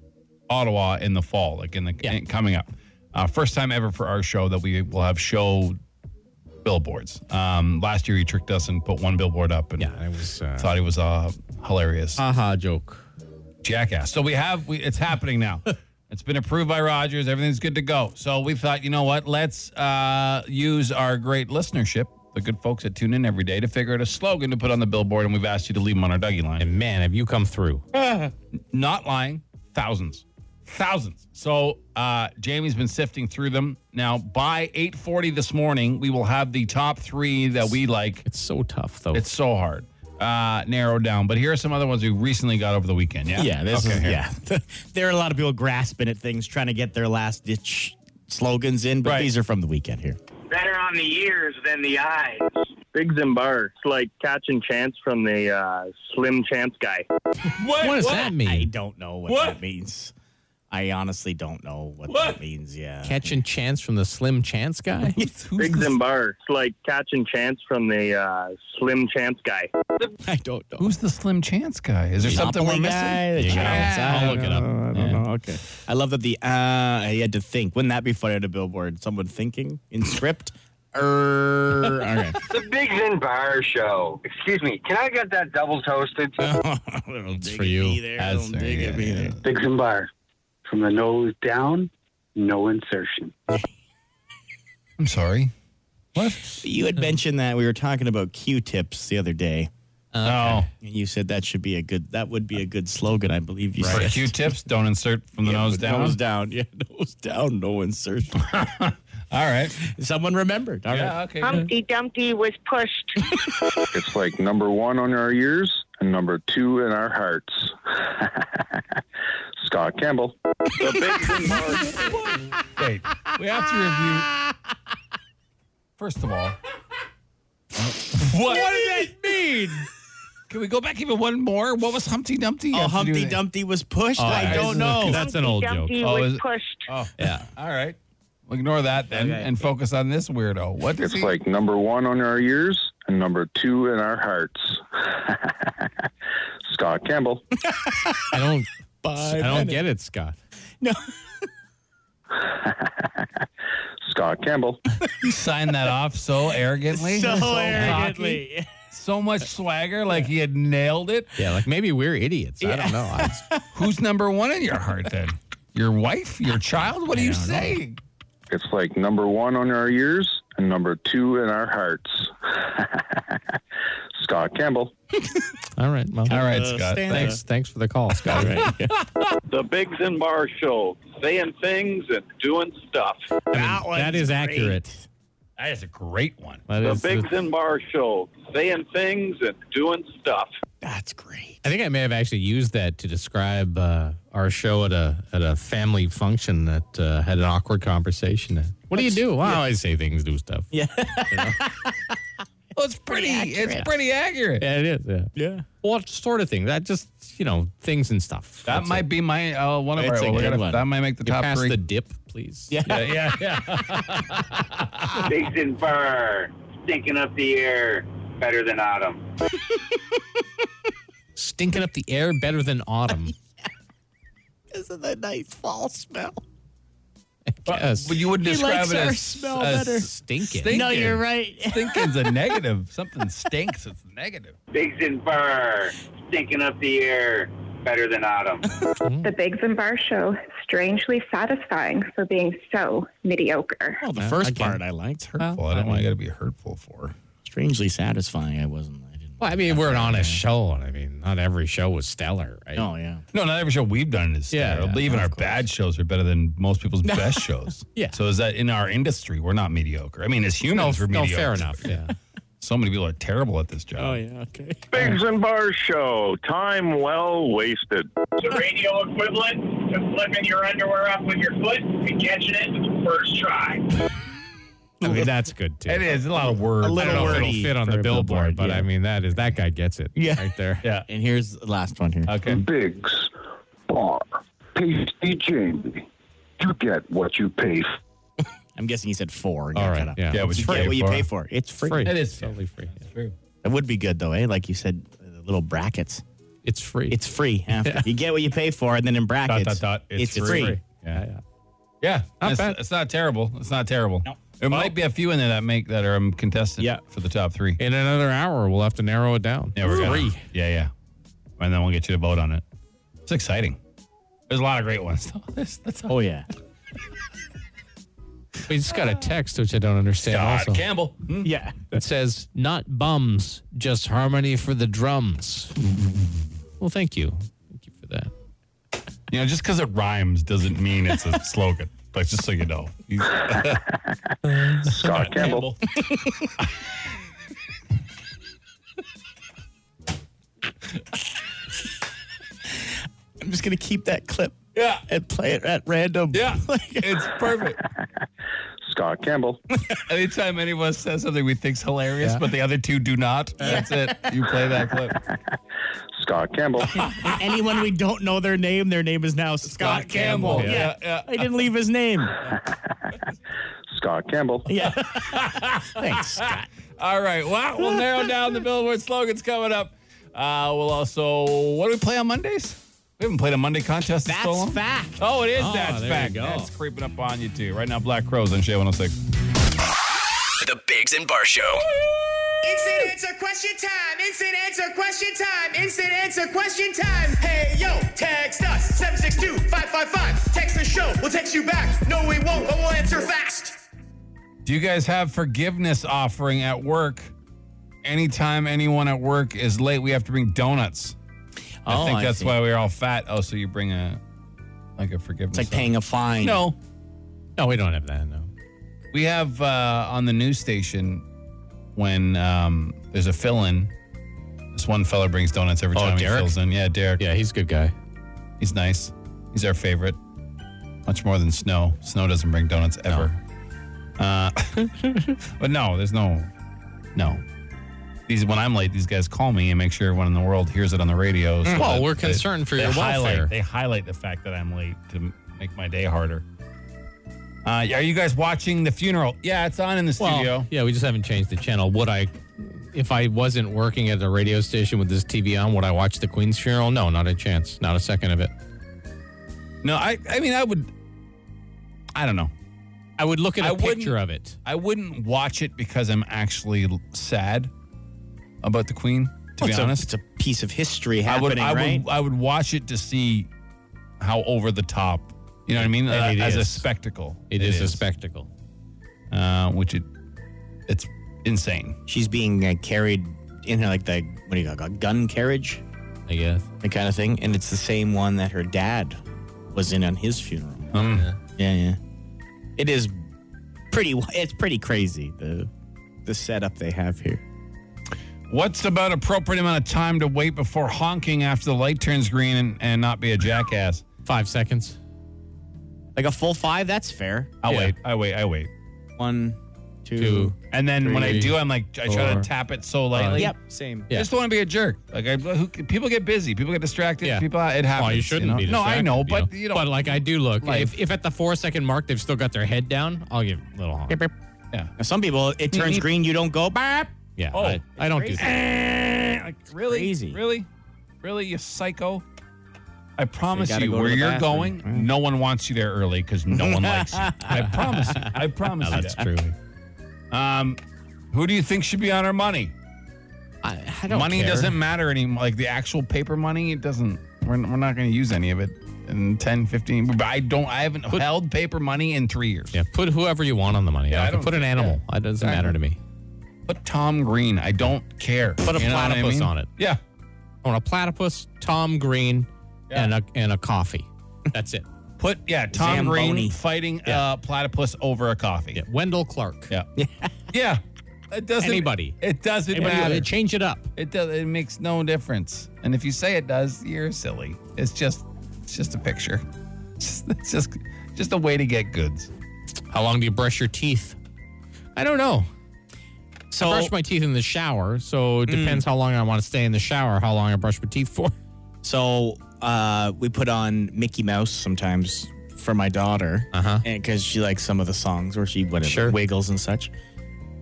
Speaker 2: Ottawa in the fall, like in the in- coming up. Uh, first time ever for our show that we will have show billboards. Um, last year he tricked us and put one billboard up, and
Speaker 3: it was uh,
Speaker 2: thought it was uh, hilarious
Speaker 3: aha joke.
Speaker 2: jackass. So we have we, it's happening now. it's been approved by Rogers. Everything's good to go. So we thought, you know what? Let's uh, use our great listenership, the good folks that tune in every day, to figure out a slogan to put on the billboard, and we've asked you to leave them on our Dougie line. Ah,
Speaker 3: And man, have you come through?
Speaker 2: Not lying, thousands, thousands. So uh, Jamie's been sifting through them. Now by eight forty this morning, we will have the top three that we like.
Speaker 3: It's so tough though.
Speaker 2: It's so hard. Uh, narrowed down, but here are some other ones we recently got over the weekend. Yeah,
Speaker 4: Yeah, this
Speaker 2: Okay,
Speaker 4: is
Speaker 2: here.
Speaker 4: yeah. there are a lot of people grasping at things, trying to get their last ditch slogans in, but
Speaker 2: Right.
Speaker 4: these are from the weekend here.
Speaker 5: Better on the ears than the eyes. Bigs and Bar. It's like catching chance from the uh, Slim Chance guy.
Speaker 3: what does that mean?
Speaker 4: I don't know what,
Speaker 2: What?
Speaker 4: that means. I honestly don't know what,
Speaker 2: What?
Speaker 4: that means. Yeah.
Speaker 3: Catching chance from the slim chance guy.
Speaker 5: Bigs and Bar. It's like catching chance from the uh, Slim Chance guy.
Speaker 4: I don't know.
Speaker 2: Who's the Slim Chance guy? Is there something we're
Speaker 4: Monopoly
Speaker 2: missing?
Speaker 4: guy, the
Speaker 2: Yeah.
Speaker 4: Giants, I
Speaker 2: I'll
Speaker 4: don't
Speaker 2: look it up.
Speaker 4: know, I don't know. Okay. I love that the uh I had to think. Wouldn't that be funny on a billboard? Someone thinking in script. Er, okay.
Speaker 10: The Bigs and Bar Show. Excuse me, can I get that double toasted?
Speaker 4: it's for you. There,
Speaker 2: That's
Speaker 4: little dig at me there.
Speaker 11: Big and bar. From the nose down, no insertion.
Speaker 2: I'm sorry. What?
Speaker 4: You had mentioned that we were talking about Q-tips the other day.
Speaker 2: Oh.
Speaker 4: And you said that should be a good. That would be a good slogan, I believe you
Speaker 2: For
Speaker 4: said.
Speaker 2: Q-tips, don't insert from the
Speaker 4: Yeah,
Speaker 2: nose
Speaker 4: but
Speaker 2: down.
Speaker 4: Nose down. Yeah, nose down. No insertion.
Speaker 2: All right. Um,
Speaker 4: Someone remembered. All right.
Speaker 2: okay.
Speaker 12: Humpty Dumpty was pushed.
Speaker 8: It's like number one on our ears and number two in our hearts. Scott Campbell.
Speaker 7: The Bigs and Bar Show.
Speaker 2: Wait, we have to review. First of all, what?
Speaker 4: does that mean?
Speaker 2: Can we go back even one more? What was Humpty Dumpty?
Speaker 4: Oh,
Speaker 2: have to do
Speaker 4: Humpty
Speaker 2: that?
Speaker 4: Dumpty was pushed.
Speaker 2: Oh,
Speaker 4: I
Speaker 2: yeah.
Speaker 4: don't know.
Speaker 3: That's an old joke. Uh,
Speaker 12: Dumpty
Speaker 2: Oh,
Speaker 12: was
Speaker 2: is it-
Speaker 12: pushed.
Speaker 2: Oh,
Speaker 3: Yeah.
Speaker 2: all right. We'll ignore that then
Speaker 4: Okay.
Speaker 2: and focus on this weirdo. What does
Speaker 8: It's
Speaker 2: he?
Speaker 8: like number one on our ears and number two in our hearts. Scott Campbell.
Speaker 3: I don't.
Speaker 4: Five
Speaker 3: I don't
Speaker 4: minutes.
Speaker 3: get it, Scott.
Speaker 8: Scott Campbell.
Speaker 2: he signed that off so arrogantly,
Speaker 4: So
Speaker 2: cocky,
Speaker 4: arrogantly.
Speaker 2: so much swagger, like he had nailed it.
Speaker 3: Yeah, like maybe we're idiots. I don't know. I,
Speaker 2: Who's number one in your heart then? Your wife? Your child? What are you
Speaker 3: don't know.
Speaker 2: saying?
Speaker 8: It's like number one on our ears and number two in our hearts. Scott Campbell.
Speaker 3: all right. Well,
Speaker 2: All right,
Speaker 4: Uh,
Speaker 2: Scott.
Speaker 4: stand
Speaker 2: Thanks.
Speaker 3: Thanks. Thanhanks for the call, Scott.
Speaker 7: The Bigs and Bar Show. Saying things and doing stuff.
Speaker 4: That one's
Speaker 3: that is
Speaker 4: great.
Speaker 3: accurate.
Speaker 2: That is a great one.
Speaker 3: That
Speaker 7: The
Speaker 3: is the-
Speaker 7: Bigs and Bar Show. Saying things and doing stuff.
Speaker 4: That's great.
Speaker 3: I think I may have actually used that to describe uh, our show at a at a family function that uh, had an awkward conversation. At. What do you do? Wow, I say things, do stuff.
Speaker 4: Yeah.
Speaker 2: Well, it's pretty. it's pretty accurate.
Speaker 3: Yeah, it is. Yeah.
Speaker 4: Yeah.
Speaker 3: What sort of thing? That just you know things and stuff.
Speaker 2: That
Speaker 3: That's
Speaker 2: might
Speaker 3: it.
Speaker 2: be my uh, one of
Speaker 4: It's
Speaker 2: our.
Speaker 4: a
Speaker 2: we're
Speaker 4: good
Speaker 2: gonna-
Speaker 4: one.
Speaker 2: That might make the
Speaker 3: Can you
Speaker 2: top
Speaker 3: pass
Speaker 2: three.
Speaker 3: the dip, please.
Speaker 4: Yeah.
Speaker 2: yeah, yeah, yeah.
Speaker 10: Bigs and Bar, stinking up the air, better than autumn.
Speaker 3: Stinking up the air better than autumn.
Speaker 4: Isn't that nice fall smell?
Speaker 3: yes.
Speaker 2: But you wouldn't
Speaker 4: He
Speaker 2: describe
Speaker 4: likes
Speaker 2: it
Speaker 4: our
Speaker 2: as
Speaker 4: smell
Speaker 2: as
Speaker 4: better.
Speaker 3: Stinking.
Speaker 2: Stink-
Speaker 4: No,
Speaker 2: Thinking.
Speaker 4: you're right.
Speaker 2: Stinking's a negative. Something stinks. It's negative.
Speaker 10: Bigs and Bar, stinking up the air, better than autumn.
Speaker 12: The Bigs and Bar Show, strangely satisfying for being so mediocre.
Speaker 4: Well, the
Speaker 3: Uh,
Speaker 4: first
Speaker 3: again.
Speaker 4: part I liked. Her
Speaker 2: Well, uh, I don't want you to be hurtful for.
Speaker 4: strangely satisfying. I wasn't. I didn't.
Speaker 3: Well, I mean, we're an honest show, and I mean, not every show was stellar, right?
Speaker 4: Oh yeah.
Speaker 2: No, not every show we've done is
Speaker 3: Yeah,
Speaker 2: stellar.
Speaker 3: yeah,
Speaker 2: But Even
Speaker 3: of
Speaker 2: our
Speaker 3: course.
Speaker 2: bad shows are better than most people's best shows.
Speaker 3: Yeah.
Speaker 2: So is that in our industry we're not mediocre? I mean, as
Speaker 3: No,
Speaker 2: humans, we're
Speaker 3: no,
Speaker 2: mediocre.
Speaker 3: fair enough. Yeah.
Speaker 2: So many people are terrible at this job.
Speaker 4: Oh, yeah. Okay.
Speaker 11: Bigs and Bar Show. Time well wasted.
Speaker 5: The radio equivalent to flipping your underwear up with your foot and catching it with the first try.
Speaker 3: I mean, that's good too.
Speaker 2: It is a lot of words.
Speaker 4: A
Speaker 3: I don't
Speaker 4: little
Speaker 3: know if it'll
Speaker 4: wordy
Speaker 3: fit on
Speaker 4: for
Speaker 3: the
Speaker 4: a
Speaker 3: billboard,
Speaker 4: billboard,
Speaker 3: but
Speaker 4: yeah.
Speaker 3: I mean, that is that guy gets it.
Speaker 4: Yeah.
Speaker 3: Right there.
Speaker 2: Yeah.
Speaker 4: And here's the last one here.
Speaker 2: Okay.
Speaker 8: Biggs Bar. Pasty Jamie. You get what you pay for.
Speaker 4: I'm guessing he said four. and
Speaker 3: All
Speaker 4: got
Speaker 3: right,
Speaker 4: cut off.
Speaker 3: yeah. Yeah,
Speaker 2: what
Speaker 4: you
Speaker 2: you
Speaker 4: get
Speaker 2: pay
Speaker 4: what you
Speaker 2: for.
Speaker 4: pay for. It's free.
Speaker 3: Free.
Speaker 2: It is
Speaker 3: totally free. Yeah.
Speaker 2: True.
Speaker 4: That would be good though, eh? Like you said, the little brackets.
Speaker 3: It's free.
Speaker 4: It's free. After. You get what you pay for, and then in
Speaker 2: dot,
Speaker 4: brackets,
Speaker 2: dot. It's
Speaker 4: it's,
Speaker 2: free.
Speaker 4: free.
Speaker 3: yeah, yeah.
Speaker 2: Yeah,
Speaker 3: Not
Speaker 2: it's,
Speaker 3: bad.
Speaker 2: it's not terrible. It's not terrible.
Speaker 4: No.
Speaker 2: There might be a few in there that make that are um, contested
Speaker 4: Yeah.
Speaker 2: for the top three.
Speaker 3: In another hour, we'll have to narrow it down.
Speaker 2: Yeah, we're
Speaker 3: free.
Speaker 2: Gonna, yeah, yeah. And then we'll get you to vote on it. It's exciting. There's a lot of great ones. though. That's, that's
Speaker 4: Oh yeah.
Speaker 3: We just got a text which I don't understand.
Speaker 2: God,
Speaker 3: also,
Speaker 2: Campbell. Hmm?
Speaker 4: Yeah.
Speaker 3: it says not bums, just harmony for the drums. well, thank you, thank you for that.
Speaker 2: You know, just because it rhymes doesn't mean it's a slogan. But just so you know, You-
Speaker 8: Scott Campbell.
Speaker 4: I'm just gonna keep that clip
Speaker 2: Yeah,
Speaker 4: and play it at random.
Speaker 2: yeah. It's perfect.
Speaker 8: Scott Campbell.
Speaker 2: Anytime any of us says something we think's hilarious,
Speaker 3: Yeah.
Speaker 2: but the other two do not, that's it. You play that clip.
Speaker 8: Scott Campbell.
Speaker 4: And anyone we don't know their name, their name is now Scott, Campbell.
Speaker 2: Yeah,
Speaker 4: Yeah.
Speaker 2: yeah.
Speaker 4: I didn't leave his name.
Speaker 8: Scott Campbell.
Speaker 4: Yeah. Thanks, Scott.
Speaker 2: All right. Wow. We'll narrow down the billboard slogans coming up. Uh, we'll also, what do we play on Mondays? We haven't played a Monday contest in so
Speaker 4: That's
Speaker 2: long.
Speaker 4: fact.
Speaker 2: Oh, it is.
Speaker 3: Oh,
Speaker 2: that's
Speaker 3: there you
Speaker 2: fact.
Speaker 3: go.
Speaker 2: oh That's creeping up on you, too. Right now, Black Crows on Shay 106.
Speaker 9: The Biggs and Bar Show.
Speaker 1: Instant answer question time. Instant answer question time. Instant answer question time. Hey, yo, text us 762 555. Text the show. We'll text you back. No, we won't, but we'll answer fast.
Speaker 2: Do you guys have forgiveness offering at work? Anytime anyone at work is late, we have to bring donuts. I
Speaker 4: Oh,
Speaker 2: think
Speaker 4: I
Speaker 2: that's
Speaker 4: see.
Speaker 2: why we're all fat. Oh, so you bring a like a forgiveness.
Speaker 4: It's like paying a fine.
Speaker 2: No.
Speaker 3: No, we don't have that. No.
Speaker 2: We have uh, on the news station when um, there's a fill in. This one fella brings donuts every
Speaker 3: Oh,
Speaker 2: time he
Speaker 3: Derek?
Speaker 2: fills in. Yeah, Derek.
Speaker 3: Yeah, he's a good guy.
Speaker 2: He's nice. He's our favorite. Much more than Snow. Snow doesn't bring donuts ever. Uh, but no, there's no, no. These when I'm late, these guys call me and make sure everyone in the world hears it on the radio. so
Speaker 3: well,
Speaker 2: that
Speaker 3: we're
Speaker 2: they-
Speaker 3: concerned for
Speaker 2: they
Speaker 3: your
Speaker 2: highlight-
Speaker 3: welfare.
Speaker 2: They highlight the fact that I'm late to m- make my day harder. Uh, are you guys watching the funeral? Yeah, it's on in the
Speaker 3: Well,
Speaker 2: studio.
Speaker 3: yeah, we just haven't changed the channel. Would I, if I wasn't working at a radio station with this TV on, would I watch the Queen's funeral? No, not a chance. Not a second of it.
Speaker 2: No, I I mean I would I don't know.
Speaker 3: I would look at a
Speaker 2: I wouldn't-
Speaker 3: picture of it.
Speaker 2: I wouldn't watch it because I'm actually l- sad about the Queen, to
Speaker 4: Well,
Speaker 2: be
Speaker 4: it's a-
Speaker 2: honest.
Speaker 4: it's a piece of history
Speaker 2: I
Speaker 4: happening,
Speaker 2: would I
Speaker 4: right?
Speaker 2: would I would watch it to see how over the top, you know what I mean? Uh,
Speaker 3: And it
Speaker 2: As a
Speaker 3: is.
Speaker 2: spectacle.
Speaker 3: It is, a spectacle.
Speaker 2: uh, which it it's insane.
Speaker 4: She's being uh, carried in her, like the what do you call it, a gun carriage,
Speaker 3: I guess.
Speaker 4: that kind of thing, and it's the same one that her dad was in on his funeral.
Speaker 3: Hmm.
Speaker 2: Um,
Speaker 4: Yeah, yeah. It is pretty. It's pretty crazy the the setup they have here.
Speaker 2: What's about appropriate amount of time to wait before honking after the light turns green and, and not be a jackass?
Speaker 3: Five seconds.
Speaker 4: Like a full five. That's fair.
Speaker 2: I'll
Speaker 3: Yeah.
Speaker 2: wait. I
Speaker 3: Oh,
Speaker 2: wait. I wait.
Speaker 4: One, two.
Speaker 3: Two.
Speaker 2: And then when I
Speaker 3: Three,
Speaker 2: do, I'm like, I try to
Speaker 3: four,
Speaker 2: tap it so lightly.
Speaker 4: Yep. Same.
Speaker 3: Yeah.
Speaker 2: I just don't want to be a jerk. Like I, who, people get busy, people get distracted.
Speaker 3: Yeah.
Speaker 2: People, it happens.
Speaker 3: Well, you shouldn't
Speaker 2: know?
Speaker 3: be.
Speaker 2: No, I
Speaker 3: distracted,
Speaker 2: know, but you know,
Speaker 3: but like I do look.
Speaker 2: Life.
Speaker 3: If, if at the four second mark they've still got their head down, I'll give a little honk.
Speaker 4: Beep, beep.
Speaker 2: Yeah.
Speaker 4: Now, some people, it turns
Speaker 2: Mhm.
Speaker 4: green. You don't go. Bap.
Speaker 3: Yeah,
Speaker 2: Oh,
Speaker 3: I, I don't do that.
Speaker 2: eh, like really,
Speaker 4: Crazy.
Speaker 2: really, really, you psycho. I promise
Speaker 4: gotta
Speaker 2: you,
Speaker 4: go to
Speaker 2: where
Speaker 4: the
Speaker 2: you're
Speaker 4: bathroom.
Speaker 2: going, no one wants you there early because no one likes you. I promise you. I promise
Speaker 3: No,
Speaker 2: you.
Speaker 3: that's
Speaker 2: that.
Speaker 3: true.
Speaker 2: Um, who do you think should be on our money?
Speaker 3: I, I don't
Speaker 2: Money
Speaker 3: care.
Speaker 2: doesn't matter anymore. Like the actual paper money, it doesn't. We're, we're not going to use any of it in 10, 15. But I don't. I haven't held paper money in three years.
Speaker 3: Yeah, put whoever you want on the money.
Speaker 2: Yeah,
Speaker 3: I
Speaker 2: I
Speaker 3: can
Speaker 2: don't-
Speaker 3: put an animal. It doesn't
Speaker 2: Exactly.
Speaker 3: matter to me.
Speaker 2: Put Tom Green. I don't care.
Speaker 3: Put a
Speaker 2: know what
Speaker 3: platypus on it.
Speaker 2: Yeah.
Speaker 3: I want a platypus, Tom Green,
Speaker 2: Yeah.
Speaker 3: and a and a coffee. That's it.
Speaker 2: Put yeah, Tom
Speaker 4: Zamboni.
Speaker 2: Green fighting
Speaker 3: Yeah.
Speaker 2: uh, platypus over a coffee.
Speaker 3: Yeah. Wendell Clark.
Speaker 2: Yeah. yeah. It doesn't
Speaker 3: Anybody.
Speaker 2: It doesn't
Speaker 3: Anybody-
Speaker 2: matter.
Speaker 3: change it up.
Speaker 2: It does it makes no difference. And if you say it does, you're silly. It's just it's just a picture. It's just it's just, just a way to get goods.
Speaker 3: How long do you brush your teeth? I don't know.
Speaker 4: So
Speaker 3: brush my teeth in the shower, so
Speaker 2: Hmm.
Speaker 3: it depends how long I want to stay in the shower, how long I brush my teeth for.
Speaker 4: So uh, we put on Mickey Mouse sometimes for my daughter,
Speaker 3: Uh-huh.
Speaker 4: and because she likes some of the songs where she whatever
Speaker 3: Sure.
Speaker 4: wiggles and such.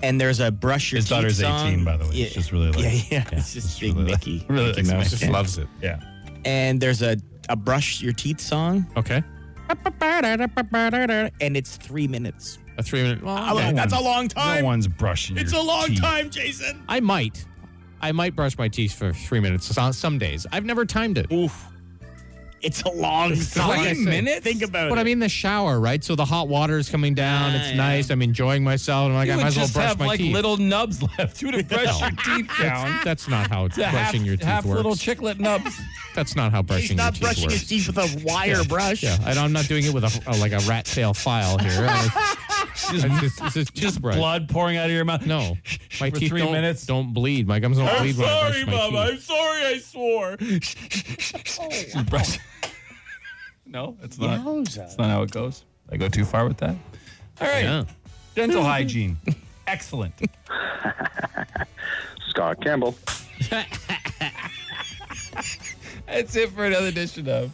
Speaker 4: And there's a brush your
Speaker 2: His
Speaker 4: teeth
Speaker 2: daughter's
Speaker 4: song.
Speaker 2: 18, by the way.
Speaker 4: Yeah,
Speaker 2: She's really like-
Speaker 4: yeah, yeah. It's just big
Speaker 2: really like-
Speaker 4: Mickey.
Speaker 2: really
Speaker 4: Mickey
Speaker 2: likes
Speaker 4: Mouse.
Speaker 2: Mickey.
Speaker 4: Yeah.
Speaker 3: Loves it.
Speaker 2: Yeah.
Speaker 4: And there's a a brush your teeth song,
Speaker 3: Okay.
Speaker 4: and it's three minutes.
Speaker 3: A three minute.
Speaker 4: I'm
Speaker 3: Well,
Speaker 4: like,
Speaker 3: okay.
Speaker 4: That's a long time.
Speaker 2: No one's brushing.
Speaker 4: it's a
Speaker 2: your
Speaker 4: long
Speaker 2: teeth.
Speaker 4: time, Jason.
Speaker 3: I might. I might brush my teeth for three minutes some, some days. I've never timed it.
Speaker 4: Oof. It's a long song.
Speaker 3: like I said.
Speaker 4: Think about
Speaker 3: But
Speaker 4: it.
Speaker 3: I mean, the shower, right? So the hot water is coming down.
Speaker 4: Ah,
Speaker 3: it's
Speaker 4: yeah.
Speaker 3: nice. I'm enjoying myself. I'm like,
Speaker 2: You
Speaker 3: I
Speaker 2: would
Speaker 3: might as well
Speaker 2: just
Speaker 3: brush
Speaker 2: have
Speaker 3: my
Speaker 2: like
Speaker 3: teeth.
Speaker 2: little nubs left. You would brush
Speaker 3: No.
Speaker 2: your teeth down.
Speaker 3: that's, that's not how it's
Speaker 2: to
Speaker 3: brushing
Speaker 2: half,
Speaker 3: your teeth
Speaker 2: half
Speaker 3: works.
Speaker 2: little chiclet nubs.
Speaker 3: That's not how brushing
Speaker 4: He's not
Speaker 3: your teeth
Speaker 4: brushing
Speaker 3: works.
Speaker 4: his teeth with a wire brush.
Speaker 3: Yeah, and I'm not doing it with a, a- like a rat tail file here. I- it's just, it's just toothbrush.
Speaker 2: blood pouring out of your mouth.
Speaker 3: No, my
Speaker 2: For
Speaker 3: teeth
Speaker 2: three
Speaker 3: don't,
Speaker 2: minutes.
Speaker 3: don't bleed. My gums don't bleed when I brush my teeth.
Speaker 2: sorry I swore. You brush- no, it's not. It's not how it goes. I go too far with that. All right.
Speaker 3: Yeah.
Speaker 2: Dental hygiene. Excellent.
Speaker 11: Scott Campbell.
Speaker 2: That's it for another edition of.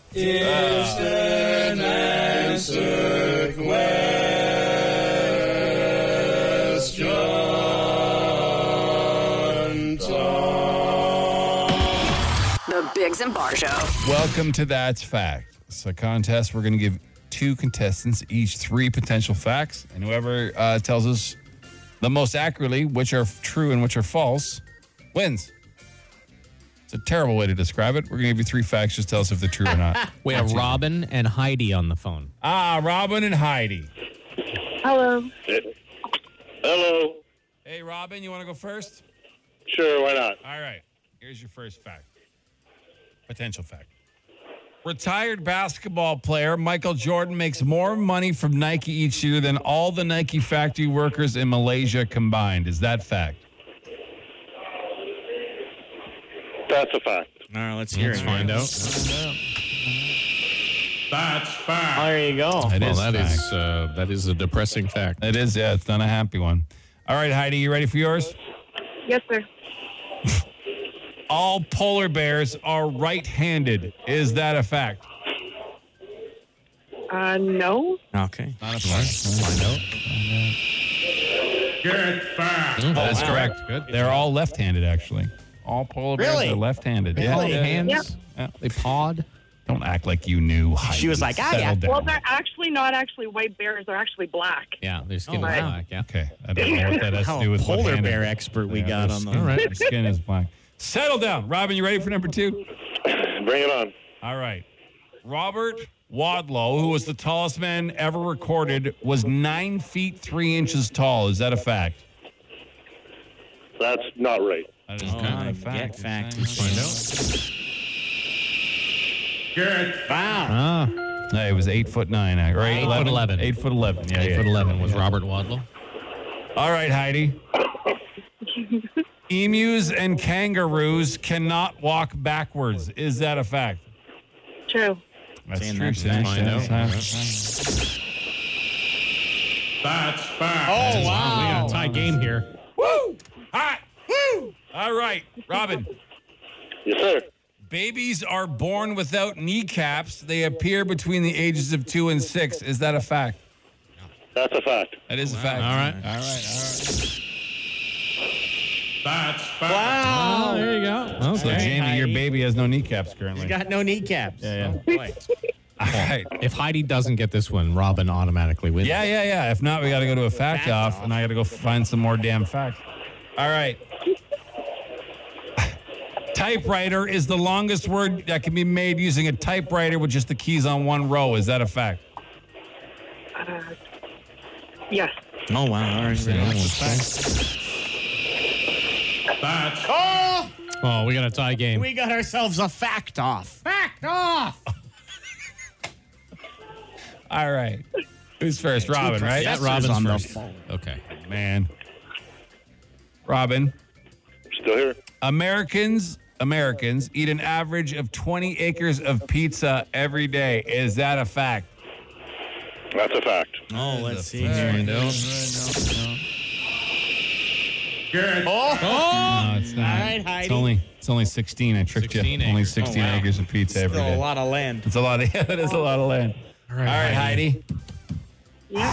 Speaker 1: The Biggs and Bar Show.
Speaker 2: Welcome to That's Fact. It's a contest. We're going to give two contestants each three potential facts, and whoever uh, tells us the most accurately which are true and which are false wins. It's a terrible way to describe it. We're going to give you three facts. Just tell us if they're true or not.
Speaker 3: We have Robin and Heidi on the phone.
Speaker 2: Ah, Robin and Heidi.
Speaker 6: Hello.
Speaker 2: Hello. Hey, Robin, you want to go first?
Speaker 7: Sure, why not?
Speaker 2: All right. Here's your first fact. Potential fact. Retired basketball player Michael Jordan makes more money from Nike each year than all the Nike factory workers in Malaysia combined. Is that fact?
Speaker 7: That's a fact.
Speaker 4: All right, let's hear
Speaker 2: Let's
Speaker 4: it.
Speaker 2: find out.
Speaker 3: That's fact.
Speaker 4: There you go.
Speaker 3: well, that is
Speaker 2: fact.
Speaker 3: uh, that is a depressing fact.
Speaker 2: It is, yeah. It's not a happy one. All right, Heidi, you ready for yours?
Speaker 12: Yes, sir.
Speaker 2: All polar bears are right handed. Is that a fact?
Speaker 12: Uh, no.
Speaker 4: Okay.
Speaker 2: Not a fact. Find out.
Speaker 3: Good fact.
Speaker 4: Oh,
Speaker 2: That's correct. Good. They're all left handed, actually. All polar bears
Speaker 4: Really?
Speaker 2: are left handed.
Speaker 3: All hands.
Speaker 12: Yep.
Speaker 3: They pod.
Speaker 2: Don't act like you knew. Heidi.
Speaker 4: was like, "Ah,
Speaker 2: Settle
Speaker 4: yeah."
Speaker 2: down.
Speaker 12: Well, they're actually not actually white bears. They're actually black.
Speaker 3: Yeah, their skin
Speaker 12: Oh,
Speaker 3: is
Speaker 12: wow.
Speaker 3: black. Yeah.
Speaker 2: Okay, I don't know what that has to
Speaker 4: How
Speaker 2: do with
Speaker 4: polar
Speaker 2: left-handed.
Speaker 4: bear expert we
Speaker 2: Yeah,
Speaker 4: got
Speaker 2: their
Speaker 4: on the.
Speaker 2: skin- their skin is black. Settle down, Robin. You ready for number two?
Speaker 7: Bring it on.
Speaker 2: All right. Robert Wadlow, who was the tallest man ever recorded, was nine feet three inches tall. Is that a fact?
Speaker 7: That's not right.
Speaker 2: That is
Speaker 4: Oh,
Speaker 2: not
Speaker 4: I
Speaker 2: a fact.
Speaker 4: get fact.
Speaker 2: Let's find out.
Speaker 4: Wow.
Speaker 3: Ah,
Speaker 2: No, it was eight foot nine, uh, right?
Speaker 3: Eight foot 11.
Speaker 2: Eight foot eleven. Yeah,
Speaker 3: eight
Speaker 2: yeah.
Speaker 3: foot eleven was Robert Wadlow.
Speaker 2: All right, Heidi. Emus and kangaroos cannot walk backwards. Is that a fact?
Speaker 12: True.
Speaker 2: That's
Speaker 4: Saying
Speaker 2: true.
Speaker 4: that's
Speaker 2: Sam.
Speaker 4: fact.
Speaker 2: That's fact.
Speaker 4: Oh
Speaker 3: Wow, we got a tie game here.
Speaker 2: Woo! Hot! Woo! All right, Robin.
Speaker 7: Yes, sir.
Speaker 2: Babies are born without kneecaps. They appear between the ages of two and six. Is that a fact?
Speaker 7: That's a fact.
Speaker 2: That is a fact.
Speaker 3: All right.
Speaker 2: All right. All right.
Speaker 4: Wow.
Speaker 3: Oh, there you go.
Speaker 2: So,
Speaker 4: Okay.
Speaker 2: Jamie, your
Speaker 4: Heidi.
Speaker 2: baby has no kneecaps currently.
Speaker 4: He's got no kneecaps.
Speaker 2: yeah, yeah.
Speaker 4: Oh, boy.
Speaker 2: All right.
Speaker 3: If Heidi doesn't get this one, Robin automatically wins.
Speaker 2: Yeah, yeah, yeah. If not, we got to go to a fact,
Speaker 4: Fact
Speaker 2: off,
Speaker 4: off.
Speaker 2: and I got to go find some more damn facts. All right. typewriter is the longest word that can be made using a typewriter with just the keys on one row. Is that a fact?
Speaker 12: Yes.
Speaker 4: Oh wow. All right. Oh,
Speaker 3: Oh, we got a tie game.
Speaker 4: we got ourselves a fact off. Fact off.
Speaker 2: All right. Who's first? Robin, right?
Speaker 4: That
Speaker 3: Robin's
Speaker 4: on
Speaker 3: first.
Speaker 4: the phone.
Speaker 3: Okay.
Speaker 2: Man. Robin.
Speaker 7: Still here.
Speaker 2: Americans Americans eat an average of 20 acres of pizza every day. Is that a fact?
Speaker 7: That's a fact.
Speaker 4: Oh, let's see here.
Speaker 2: No, it's not.
Speaker 4: All right, Heidi.
Speaker 2: It's only it's only 16. I tricked
Speaker 3: 16
Speaker 2: you. Only
Speaker 3: acres.
Speaker 2: 16
Speaker 4: Oh, wow.
Speaker 2: acres of pizza every
Speaker 4: Still
Speaker 2: day.
Speaker 4: a lot of land.
Speaker 2: It's a lot of yeah, that is a lot of land.
Speaker 3: All
Speaker 2: All right, Heidi.
Speaker 12: Yep.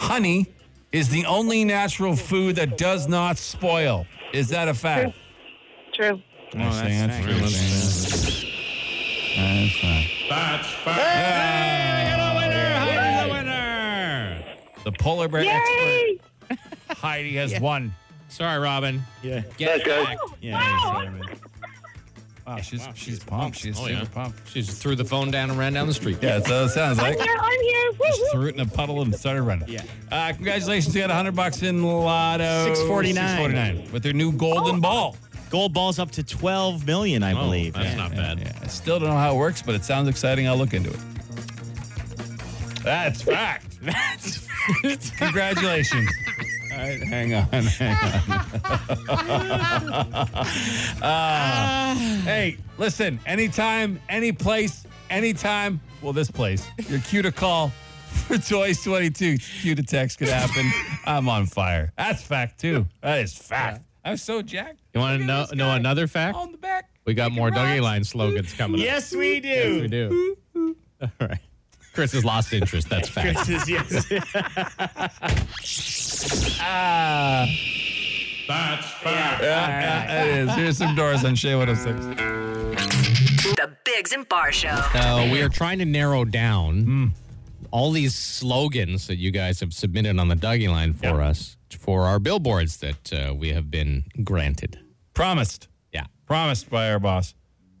Speaker 2: Honey is the only natural food that does not spoil. Is that a fact?
Speaker 12: True.
Speaker 4: Oh,
Speaker 2: Nice thing,
Speaker 4: that's
Speaker 2: that's
Speaker 4: fact.
Speaker 2: true. That's fine.
Speaker 3: Heidi's the winner.
Speaker 2: The polar bear expert
Speaker 12: Yay!
Speaker 2: Heidi has won.
Speaker 3: Sorry, Robin.
Speaker 4: Yeah. Oh.
Speaker 3: Get it back.
Speaker 4: Yeah.
Speaker 2: Wow, she's she's pumped. She's
Speaker 3: Oh,
Speaker 2: super
Speaker 3: yeah.
Speaker 2: pumped.
Speaker 3: She just threw the phone down and ran down the street.
Speaker 2: Yeah, that's what it sounds
Speaker 12: I'm
Speaker 2: like.
Speaker 12: here. I'm here. Woo,
Speaker 2: Just
Speaker 12: woo.
Speaker 2: threw it in a puddle and started running.
Speaker 4: Yeah.
Speaker 2: Uh, congratulations, you got 100 bucks in Lotto.
Speaker 4: 649.
Speaker 2: 649 with their new golden ball.
Speaker 4: Gold ball's up to 12 million, I
Speaker 3: Oh,
Speaker 4: believe.
Speaker 3: that's
Speaker 4: Yeah.
Speaker 3: not bad.
Speaker 2: Yeah, I still don't know how it works, but it sounds exciting. I'll look into it. That's fact.
Speaker 4: That's
Speaker 2: Congratulations. All right, hang on. Hang on. Uh, hey, listen, anytime, any place, anytime, well, this place, you're cue to call for Toys 22. Cue to text could happen. I'm on fire. That's fact, too. That is fact. I'm so jacked.
Speaker 3: You want to
Speaker 2: Look at
Speaker 3: know,
Speaker 2: this
Speaker 3: know
Speaker 2: guy.
Speaker 3: another fact?
Speaker 2: On the back.
Speaker 3: We got more Dougie Line slogans coming up.
Speaker 4: yes, we do.
Speaker 3: Yes, we do. All right. Chris has lost interest. That's fact.
Speaker 4: This is- yes.
Speaker 2: Ah. Yeah, yeah, it is. Here's some doors on Shea 106.
Speaker 13: The Bigs and Bar Show.
Speaker 2: Mm.
Speaker 3: Uh, we are trying to narrow down all these slogans that you guys have submitted on the Dougie line for us for our billboards that uh, we have been granted.
Speaker 2: Promised.
Speaker 3: Yeah.
Speaker 2: Promised by our boss.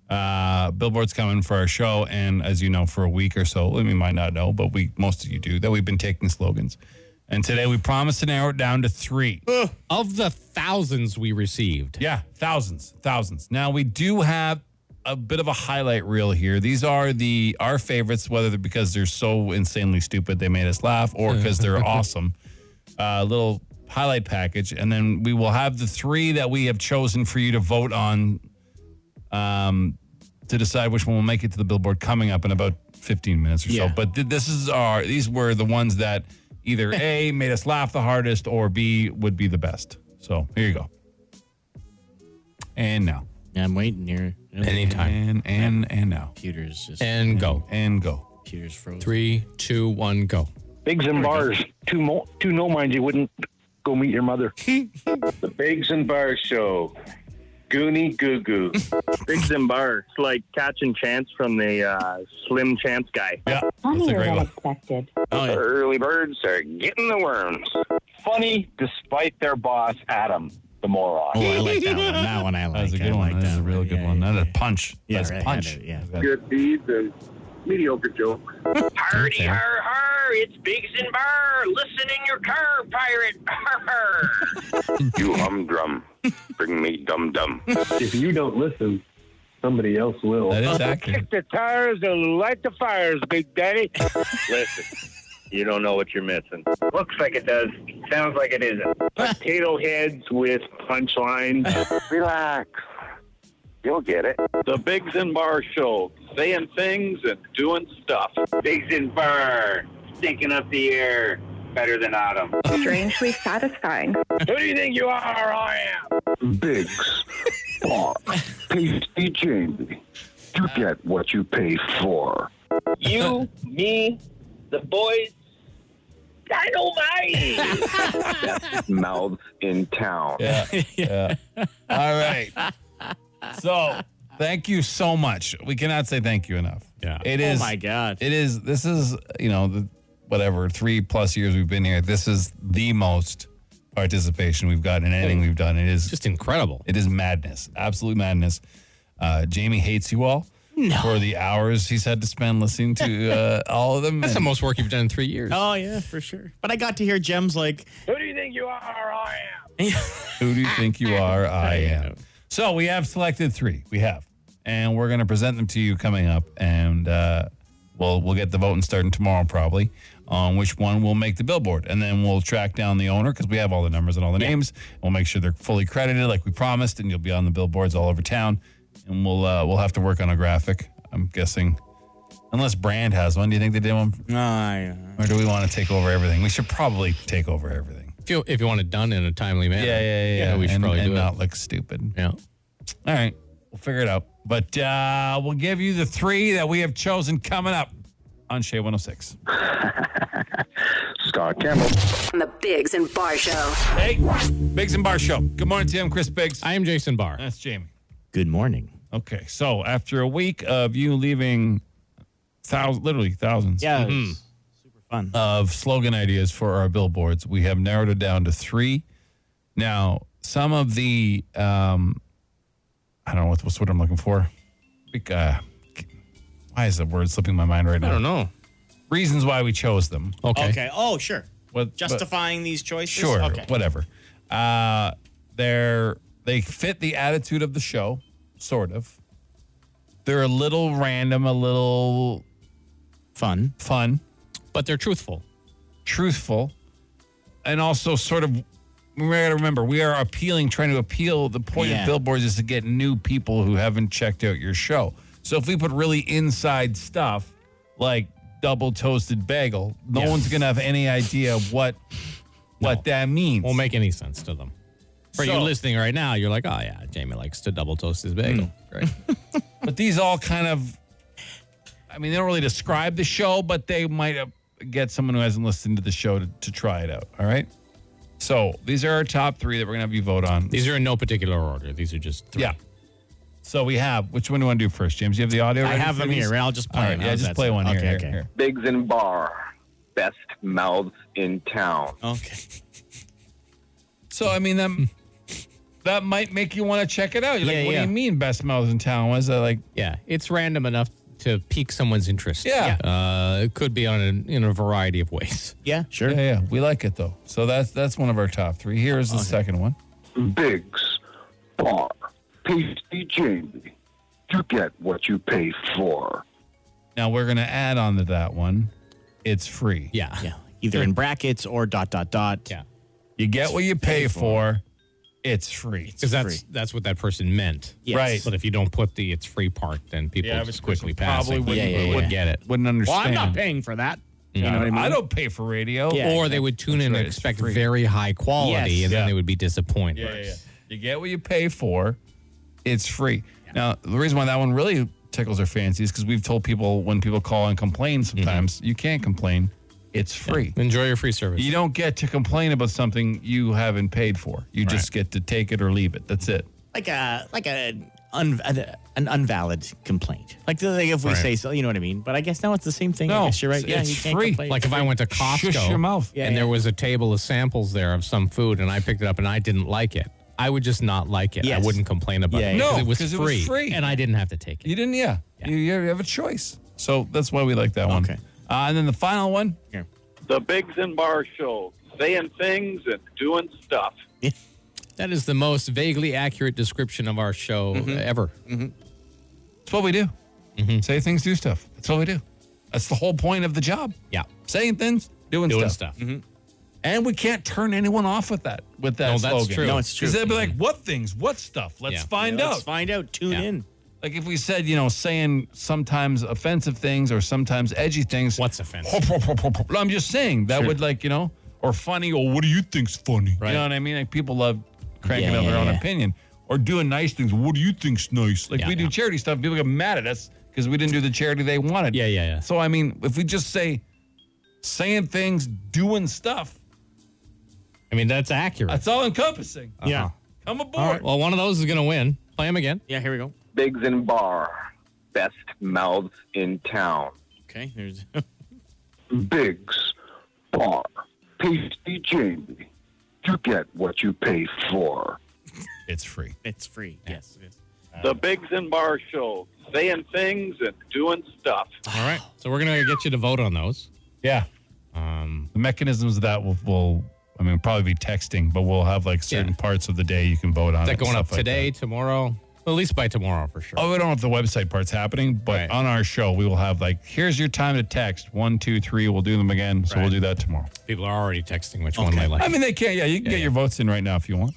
Speaker 2: Uh, Billboard's coming for our show. And as you know, for a week or so, we might not know, but we most of you do, that we've been taking slogans. And today we promised to narrow it down to three.
Speaker 3: Of the thousands we received.
Speaker 2: Yeah, thousands, thousands. Now we do have a bit of a highlight reel here. These are the our favorites, whether they're because they're so insanely stupid they made us laugh, or because they're awesome. Uh, little highlight package, and then we will have the three that we have chosen for you to vote on, um, to decide which one will make it to the billboard coming up in about 15 minutes or so. But th- this is our these were the ones that either a made us laugh the hardest, or b would be the best. So here you go. And now.
Speaker 4: Yeah, I'm waiting here.
Speaker 2: Anytime. And and and now.
Speaker 4: Computers just
Speaker 3: And go.
Speaker 2: And go.
Speaker 4: computers frozen.
Speaker 3: Three, two, one, go.
Speaker 7: Bigs and bars. Two mo- two no minds. You wouldn't go meet your mother.
Speaker 10: The Bigs and Bar Show.
Speaker 5: Goonie Goo Goo. Bigs and Bar. It's like catching chance from the uh, Slim Chance guy.
Speaker 2: Yeah.
Speaker 5: expected.
Speaker 10: The early birds are getting the worms. Funny despite their boss, Adam, the moron.
Speaker 4: Oh, I like that one. That one I like.
Speaker 2: That's a good
Speaker 4: I
Speaker 2: one.
Speaker 4: like
Speaker 2: That's a real good one. That's a punch.
Speaker 4: Yeah,
Speaker 2: That's
Speaker 4: right, I
Speaker 2: punch.
Speaker 4: know, yeah.
Speaker 11: Good deeds and mediocre jokes.
Speaker 10: Hardy, har, har, it's Biggs and Bar. Listen in your car, pirate. Har, har.
Speaker 7: you humdrum. Bring me dum dum.
Speaker 11: if you don't listen, somebody else will.
Speaker 2: That is accurate.
Speaker 5: the tires and light the fires, Big Daddy. Listen, you don't know what you're missing.
Speaker 10: Looks like it does. Sounds like it isn't.
Speaker 5: Potato heads with punchline.
Speaker 7: Relax. You'll get it. The Bigs and Bar Show. Saying things and doing stuff.
Speaker 10: Biggs and Bar, stinking up the air better than Adam.
Speaker 12: Strangely satisfying.
Speaker 10: Who do you think you are? I am.
Speaker 8: Biggs, Bar, Pasty Jamie. You get what you pay for.
Speaker 10: You, me, the boys. I know mine.
Speaker 7: Mouths in town.
Speaker 2: Yeah. yeah. All right. So thank you so much. We cannot say thank you enough.
Speaker 3: Yeah.
Speaker 2: It
Speaker 4: Oh
Speaker 2: is.
Speaker 4: my god.
Speaker 2: It is. This is. You know. The, whatever. Three plus years we've been here. This is the most participation we've gotten in anything we've done. It is.
Speaker 3: Just incredible.
Speaker 2: It is madness. Absolute madness. Uh, Jamie hates you all for the hours he's had to spend listening to uh, all of them.
Speaker 3: That's the
Speaker 2: and-
Speaker 3: most work you've done in three years.
Speaker 4: Oh yeah, for sure. But I got to hear gems like
Speaker 10: Who do you think you are? I am.
Speaker 2: Who do you think Ah, you are? I am. So we have selected three. We have, and we're going to present them to you coming up, and uh, we'll we'll get the voting starting tomorrow probably on which one will make the billboard, and then we'll track down the owner because we have all the numbers and all the names. We'll make sure they're fully credited like we promised, and you'll be on the billboards all over town, and we'll uh, we'll have to work on a graphic. I'm guessing. Unless Brand has one, do you think they did one,
Speaker 4: I
Speaker 2: or do we want to take over everything? We should probably take over everything.
Speaker 3: If you, if you want it done in a timely manner.
Speaker 2: Yeah, yeah, yeah.
Speaker 3: we should
Speaker 2: and,
Speaker 3: probably
Speaker 2: and
Speaker 3: do
Speaker 2: not
Speaker 3: it.
Speaker 2: look stupid.
Speaker 3: Yeah.
Speaker 2: All right. We'll figure it out. But uh, we'll give you the three that we have chosen coming up on Shea 106.
Speaker 7: Scott Campbell.
Speaker 13: On the Bigs and Bar Show.
Speaker 2: Hey, Biggs and Bar Show. Good morning to you. I'm Chris Biggs.
Speaker 3: I am Jason Barr.
Speaker 2: That's Jamie.
Speaker 4: Good morning.
Speaker 2: Okay. So after a week of you leaving thousands, literally thousands
Speaker 4: Yeah. it's Super fun.
Speaker 2: of slogan ideas for our billboards, we have narrowed it down to three. Now, some of the, um, I don't know what, what's what I'm looking for. Like, uh, why is the word slipping my mind right now?
Speaker 3: I don't know.
Speaker 2: reasons why we chose them.
Speaker 3: Okay.
Speaker 4: okay. Oh, sure.
Speaker 2: What, but-
Speaker 4: Justifying these choices.
Speaker 2: sure,
Speaker 4: Okay.
Speaker 2: whatever. Uh, they're they fit the attitude of the show, sort of. They're a little random, a little
Speaker 4: Fun.
Speaker 2: fun,
Speaker 3: But they're truthful.
Speaker 2: truthful, and also sort of. We gotta remember we are appealing, trying to appeal. The point
Speaker 4: Yeah.
Speaker 2: of billboards is to get new people who haven't checked out your show. So if we put really inside stuff like double toasted bagel, no
Speaker 3: Yeah.
Speaker 2: one's gonna have any idea what what that means.
Speaker 3: Won't make any sense to them. For you
Speaker 2: So-
Speaker 3: listening right now, you're like, oh yeah, Jamie likes to double toast his bagel.
Speaker 2: Mm.
Speaker 3: Great.
Speaker 2: But these all kind of, I mean, they don't really describe the show, but they might uh, get someone who hasn't listened to the show to, to try it out. All right. So these are our top three that we're going to have you vote on.
Speaker 3: These are in no particular order. These are just three.
Speaker 2: yeah. So we have, which one do you want to do first, James? You have the audio
Speaker 4: I
Speaker 2: ready
Speaker 4: have
Speaker 2: for
Speaker 4: them
Speaker 2: these?
Speaker 4: here. I'll just
Speaker 2: All
Speaker 3: Oh,
Speaker 4: play.
Speaker 2: right.
Speaker 4: it.
Speaker 2: Yeah,
Speaker 4: How's
Speaker 2: just
Speaker 4: that
Speaker 2: play
Speaker 4: sound?
Speaker 2: one here,
Speaker 4: Okay.
Speaker 2: here,
Speaker 4: okay.
Speaker 2: here.
Speaker 7: Bigs and Bar.
Speaker 10: best mouths in town.
Speaker 4: Okay.
Speaker 2: So I mean that that might make you want to check it out. You're
Speaker 3: Yeah,
Speaker 2: like, what
Speaker 3: yeah.
Speaker 2: do you mean best mouths in town? What is that like?
Speaker 3: Yeah, it's random enough to pique someone's interest.
Speaker 2: Yeah.
Speaker 3: Uh, it could be on a, in a variety of ways.
Speaker 4: Yeah, sure.
Speaker 2: Yeah, yeah. We like it though. So that's that's one of our top three. Here's the second one.
Speaker 8: Biggs, Bar, Pasty Jamie. You get what you pay for.
Speaker 2: Now we're gonna add on to that one. It's free.
Speaker 3: Yeah.
Speaker 4: Yeah. Either in brackets or dot dot dot.
Speaker 3: Yeah.
Speaker 2: You get what you pay for. It's free.
Speaker 3: Because that's that's what that person meant,
Speaker 2: Yes. Right.
Speaker 3: But if you don't put the "it's free" part, then people
Speaker 2: Yeah,
Speaker 3: just
Speaker 2: but
Speaker 3: quickly pass
Speaker 2: probably
Speaker 3: it.
Speaker 2: wouldn't-
Speaker 3: They
Speaker 2: wouldn't-
Speaker 3: wouldn't get it.
Speaker 2: Wouldn't
Speaker 4: Well,
Speaker 2: understand.
Speaker 4: I'm not paying for that. You know what I mean?
Speaker 2: don't pay for radio.
Speaker 4: Yeah,
Speaker 2: or
Speaker 3: or they would tune in
Speaker 2: right,
Speaker 3: and
Speaker 2: it's
Speaker 3: expect
Speaker 2: free.
Speaker 3: very high quality,
Speaker 2: Yes.
Speaker 3: and
Speaker 2: Yeah.
Speaker 3: then they would be disappointed.
Speaker 2: Yeah, yeah, yeah. You get what you pay for. It's free. Now, the reason why that one really tickles our fancy is because we've told people when people call and complain sometimes, you can't complain. It's free.
Speaker 3: Enjoy your free service.
Speaker 2: You don't get to complain about something you haven't paid for. You just get to take it or leave it. That's it.
Speaker 4: like a like a un, an unvalid complaint. Like, the- like if we
Speaker 2: Right.
Speaker 4: say so, you know what I mean. But I guess now it's the same thing. I guess you're right.
Speaker 2: it's-
Speaker 4: yeah,
Speaker 2: it's
Speaker 4: you can't
Speaker 2: free.
Speaker 4: complain.
Speaker 3: Like if I went to Costco
Speaker 2: Shush your mouth.
Speaker 4: Yeah,
Speaker 3: and
Speaker 4: yeah.
Speaker 3: there was a table of samples there of some food, and I picked it up and I didn't like it, I would just not like it.
Speaker 4: Yes.
Speaker 3: I wouldn't complain about
Speaker 4: Yeah,
Speaker 3: it.
Speaker 2: yeah. No,
Speaker 3: it was
Speaker 2: 'cause
Speaker 3: free,
Speaker 2: it was free.
Speaker 3: and I didn't have to take it.
Speaker 2: You didn't, yeah. You, you have a choice. So that's why we like that one.
Speaker 4: Okay.
Speaker 2: Uh, and then the final one.
Speaker 7: The Biggs and Bar Show, saying things and doing stuff.
Speaker 3: That is the most vaguely accurate description of our show
Speaker 2: Mm-hmm.
Speaker 3: ever.
Speaker 2: It's what we do. Say things, do stuff. That's what we do. That's the whole point of the job.
Speaker 3: Yeah,
Speaker 2: Saying things, doing,
Speaker 3: doing
Speaker 2: stuff. Mm-hmm.
Speaker 3: stuff.
Speaker 2: And we can't turn anyone off with that. With that
Speaker 3: No, that's
Speaker 2: slogan.
Speaker 3: true.
Speaker 4: No, it's true.
Speaker 2: 'Cause they'd be like, "What things? What stuff? Let's
Speaker 3: Yeah.
Speaker 2: find
Speaker 4: Yeah,
Speaker 2: out."
Speaker 4: Let's find out. Tune
Speaker 3: Yeah.
Speaker 4: in.
Speaker 2: Like if we said, you know, saying sometimes offensive things or sometimes edgy things.
Speaker 3: What's offensive?
Speaker 2: Hop, hop, hop, hop, hop. No, I'm just saying that
Speaker 3: Sure.
Speaker 2: would like you know, or funny, or what do you think's funny?
Speaker 3: Right.
Speaker 2: You know what I mean? Like people love cranking
Speaker 4: Yeah,
Speaker 2: out their
Speaker 4: yeah,
Speaker 2: own
Speaker 4: yeah.
Speaker 2: opinion or doing nice things. What do you think's nice? Like
Speaker 3: Yeah,
Speaker 2: we do
Speaker 3: yeah.
Speaker 2: charity stuff, people get mad at us because we didn't do the charity they wanted.
Speaker 3: Yeah, yeah, yeah.
Speaker 2: So I mean, if we just say saying things, doing stuff,
Speaker 3: I mean, that's accurate.
Speaker 2: that's all encompassing.
Speaker 3: Uh-huh.
Speaker 4: Yeah.
Speaker 2: Come aboard.
Speaker 3: All right. Well, one of those is going to win. Play them again.
Speaker 4: Yeah. Here we go.
Speaker 10: Biggs and Bar, best mouths in town.
Speaker 4: Okay. There's.
Speaker 8: Biggs, Bar, Pasty Jamie. You get what you pay for.
Speaker 2: It's free.
Speaker 4: it's free. Yes. it is.
Speaker 7: The Biggs and Bar Show, saying things and doing stuff.
Speaker 3: All right. So we're going to get you to vote on those.
Speaker 2: Yeah.
Speaker 3: Um,
Speaker 2: the mechanisms of that will, will I mean, probably be texting, but we'll have like certain
Speaker 3: Yeah.
Speaker 2: parts of the day you can vote on.
Speaker 3: is that
Speaker 2: it,
Speaker 3: going up
Speaker 2: stuff like
Speaker 3: today,
Speaker 2: that.
Speaker 3: tomorrow? At least by tomorrow for sure.
Speaker 2: Oh, we don't know if the website part's happening, but
Speaker 3: Right.
Speaker 2: on our show, we will have like, here's your time to text one, two, three. We'll do them again. So we'll
Speaker 3: Right.
Speaker 2: do that tomorrow.
Speaker 3: People are already texting which one they like.
Speaker 2: I mean, they can't. Yeah, you can get your votes in right now if you want.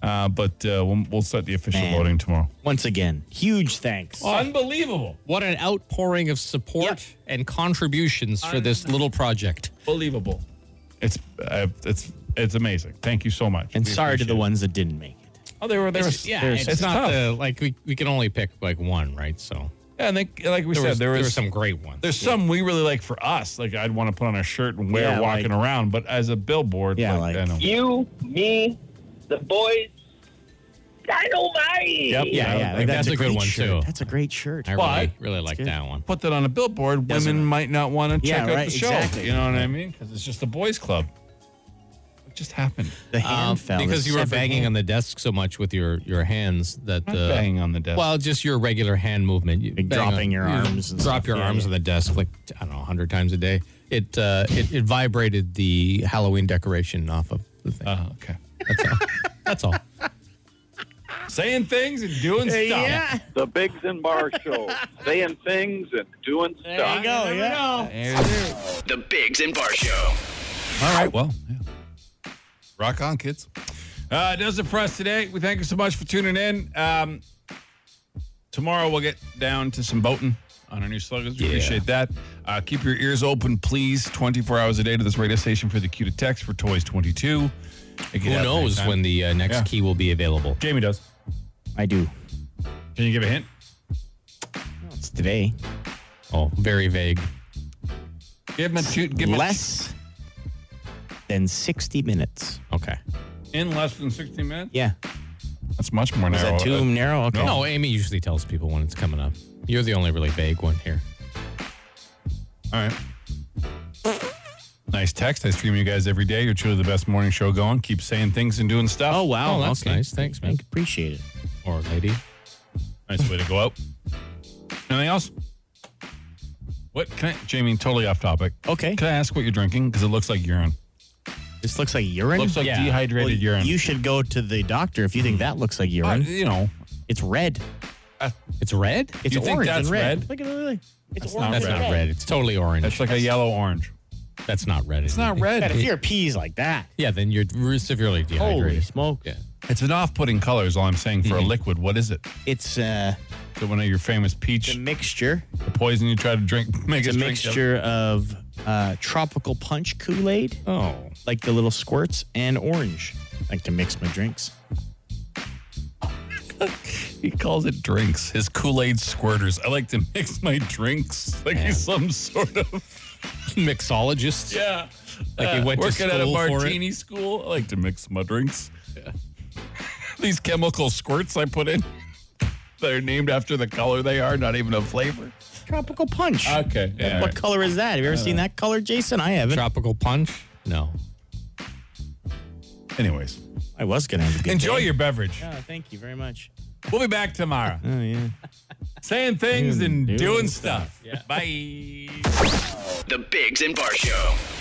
Speaker 2: Uh, but uh, we'll, we'll set the official
Speaker 4: Man.
Speaker 2: voting tomorrow.
Speaker 4: Once again, huge thanks.
Speaker 2: Unbelievable.
Speaker 3: what an outpouring of support and contributions for this little project.
Speaker 2: Believable. It's, uh, it's, it's amazing. Thank you so much.
Speaker 4: and
Speaker 2: We
Speaker 4: sorry to the
Speaker 2: appreciate
Speaker 4: ones that didn't make it.
Speaker 2: it. Oh, they were, they were,
Speaker 3: yeah,
Speaker 2: they were-
Speaker 3: it's, not the like we, we can only pick like one, right? So
Speaker 2: yeah, and they, like we
Speaker 3: there,
Speaker 2: said,
Speaker 3: was,
Speaker 2: there
Speaker 3: there
Speaker 2: was
Speaker 3: were some great ones.
Speaker 2: There's some we really like for us. Like I'd want to put on a shirt and wear
Speaker 4: Yeah,
Speaker 2: walking around, but as a billboard,
Speaker 4: Yeah,
Speaker 2: like, I
Speaker 4: like-
Speaker 2: know.
Speaker 5: You, me, the boys, dynamite. Yep.
Speaker 4: Yeah, yeah.
Speaker 3: like, that's a good
Speaker 4: great
Speaker 3: one,
Speaker 4: shirt.
Speaker 3: too.
Speaker 4: That's a great shirt.
Speaker 3: I really,
Speaker 2: But-
Speaker 3: really like
Speaker 4: good.
Speaker 3: that one.
Speaker 2: put that on a billboard,
Speaker 4: Doesn't
Speaker 2: women
Speaker 4: it?
Speaker 2: might not want to
Speaker 4: Yeah,
Speaker 2: check out
Speaker 4: right,
Speaker 2: the show.
Speaker 4: exactly.
Speaker 2: You know what I mean? Because it's just a boys' club. It just happened.
Speaker 4: The hand
Speaker 3: Um,
Speaker 4: fell.
Speaker 3: because
Speaker 4: The
Speaker 3: you were
Speaker 4: severed
Speaker 3: banging
Speaker 4: hand.
Speaker 3: on the desk so much with your your hands that
Speaker 2: Not
Speaker 3: uh,
Speaker 2: banging on the desk.
Speaker 3: Well, just your regular hand movement. You
Speaker 4: Like
Speaker 3: bang on-
Speaker 4: dropping your
Speaker 3: you
Speaker 4: arms and
Speaker 3: drop
Speaker 4: stuff.
Speaker 3: your
Speaker 4: Yeah,
Speaker 3: arms
Speaker 4: yeah.
Speaker 3: on the desk like I don't know, hundred times a day. It, uh, it it vibrated the Halloween decoration off of the thing.
Speaker 2: uh, okay.
Speaker 3: That's all.
Speaker 2: Saying things and doing stuff.
Speaker 4: Yeah.
Speaker 7: The Biggs and Bar Show, saying things and doing stuff.
Speaker 4: There you go. Yeah.
Speaker 2: There's-
Speaker 9: The Bigs and Bar Show.
Speaker 2: All right. Well, yeah. rock on, kids. Uh, it does it for us today. We thank you so much for tuning in. Um, tomorrow we'll get down to some boating on our new slogans. We appreciate that. Uh, keep your ears open, please, 24 hours a day to this radio station for the cue to text for Toys 22.
Speaker 3: Who knows when the uh, next
Speaker 2: Yeah.
Speaker 3: key will be available?
Speaker 2: Jamie does.
Speaker 4: I do.
Speaker 2: Can you give a hint?
Speaker 4: It's today.
Speaker 3: Oh, very vague.
Speaker 2: Give him a two. Give him a-
Speaker 4: Less than 60 minutes.
Speaker 3: Okay.
Speaker 2: in less than 60 minutes.
Speaker 4: Yeah.
Speaker 2: That's much more
Speaker 4: Is
Speaker 2: narrow.
Speaker 4: that too
Speaker 2: Uh,
Speaker 4: narrow? Okay.
Speaker 3: No. Amy usually tells people when it's coming up. You're the only really vague one here.
Speaker 2: All right. Nice text. I stream you guys every day. You're truly the best morning show going. Keep saying things and doing stuff. Oh,
Speaker 4: wow.
Speaker 3: Oh, that's nice. Thanks, man.
Speaker 4: Appreciate it.
Speaker 3: Or lady.
Speaker 2: Nice way to go out. Anything else? What can I, Jamie, totally off topic.
Speaker 4: Okay.
Speaker 2: Can I ask what you're drinking? Because it looks like urine.
Speaker 4: This looks like urine.
Speaker 2: Looks like dehydrated
Speaker 4: Well,
Speaker 2: urine. Hmm.
Speaker 4: You should go to the doctor if you think that looks like urine.
Speaker 2: Uh, you know,
Speaker 4: it's red.
Speaker 3: it's red.
Speaker 4: It's
Speaker 2: You
Speaker 4: orange
Speaker 2: think that's
Speaker 4: and red.
Speaker 2: red?
Speaker 4: Look at it. It's
Speaker 3: That's
Speaker 4: orange.
Speaker 3: not, that's
Speaker 4: and
Speaker 3: not red. It's totally orange. That's
Speaker 2: like a yellow orange.
Speaker 3: That's not red.
Speaker 2: It's not red.
Speaker 4: God, if your peas like that,
Speaker 3: Yeah, then you're re- severely dehydrated.
Speaker 4: holy smoke!
Speaker 2: It's an off-putting color is all I'm saying for a liquid. What is it?
Speaker 4: It's uh,
Speaker 2: the one of your famous peach
Speaker 4: mixture.
Speaker 2: The poison you try to drink. Make us
Speaker 4: It's a
Speaker 2: drink, Jeff.
Speaker 4: mixture of uh, tropical punch Kool Aid.
Speaker 3: Oh,
Speaker 4: like the little squirts and orange. I like to mix my drinks.
Speaker 2: He calls it drinks. His Kool Aid squirters. I like to mix my drinks like he's some sort of
Speaker 3: mixologist.
Speaker 2: Yeah,
Speaker 3: Like he went to
Speaker 2: working at a
Speaker 3: school for it.
Speaker 2: martini school. I like to mix my drinks. These chemical squirts I put in, they're named after the color they are, not even a flavor.
Speaker 4: Tropical punch.
Speaker 2: Okay, yeah, all
Speaker 4: what
Speaker 2: right.
Speaker 4: color is that? Have you ever seen that color, Jason? I haven't.
Speaker 3: Tropical punch? No.
Speaker 2: Anyways,
Speaker 4: I was gonna have a good
Speaker 2: enjoy
Speaker 4: day.
Speaker 2: your beverage.
Speaker 4: Oh, thank you very much.
Speaker 2: We'll be back tomorrow.
Speaker 4: Oh yeah.
Speaker 2: Saying things
Speaker 4: Doing-
Speaker 2: and doing,
Speaker 4: doing
Speaker 2: stuff.
Speaker 9: The Bigs and Bar Show.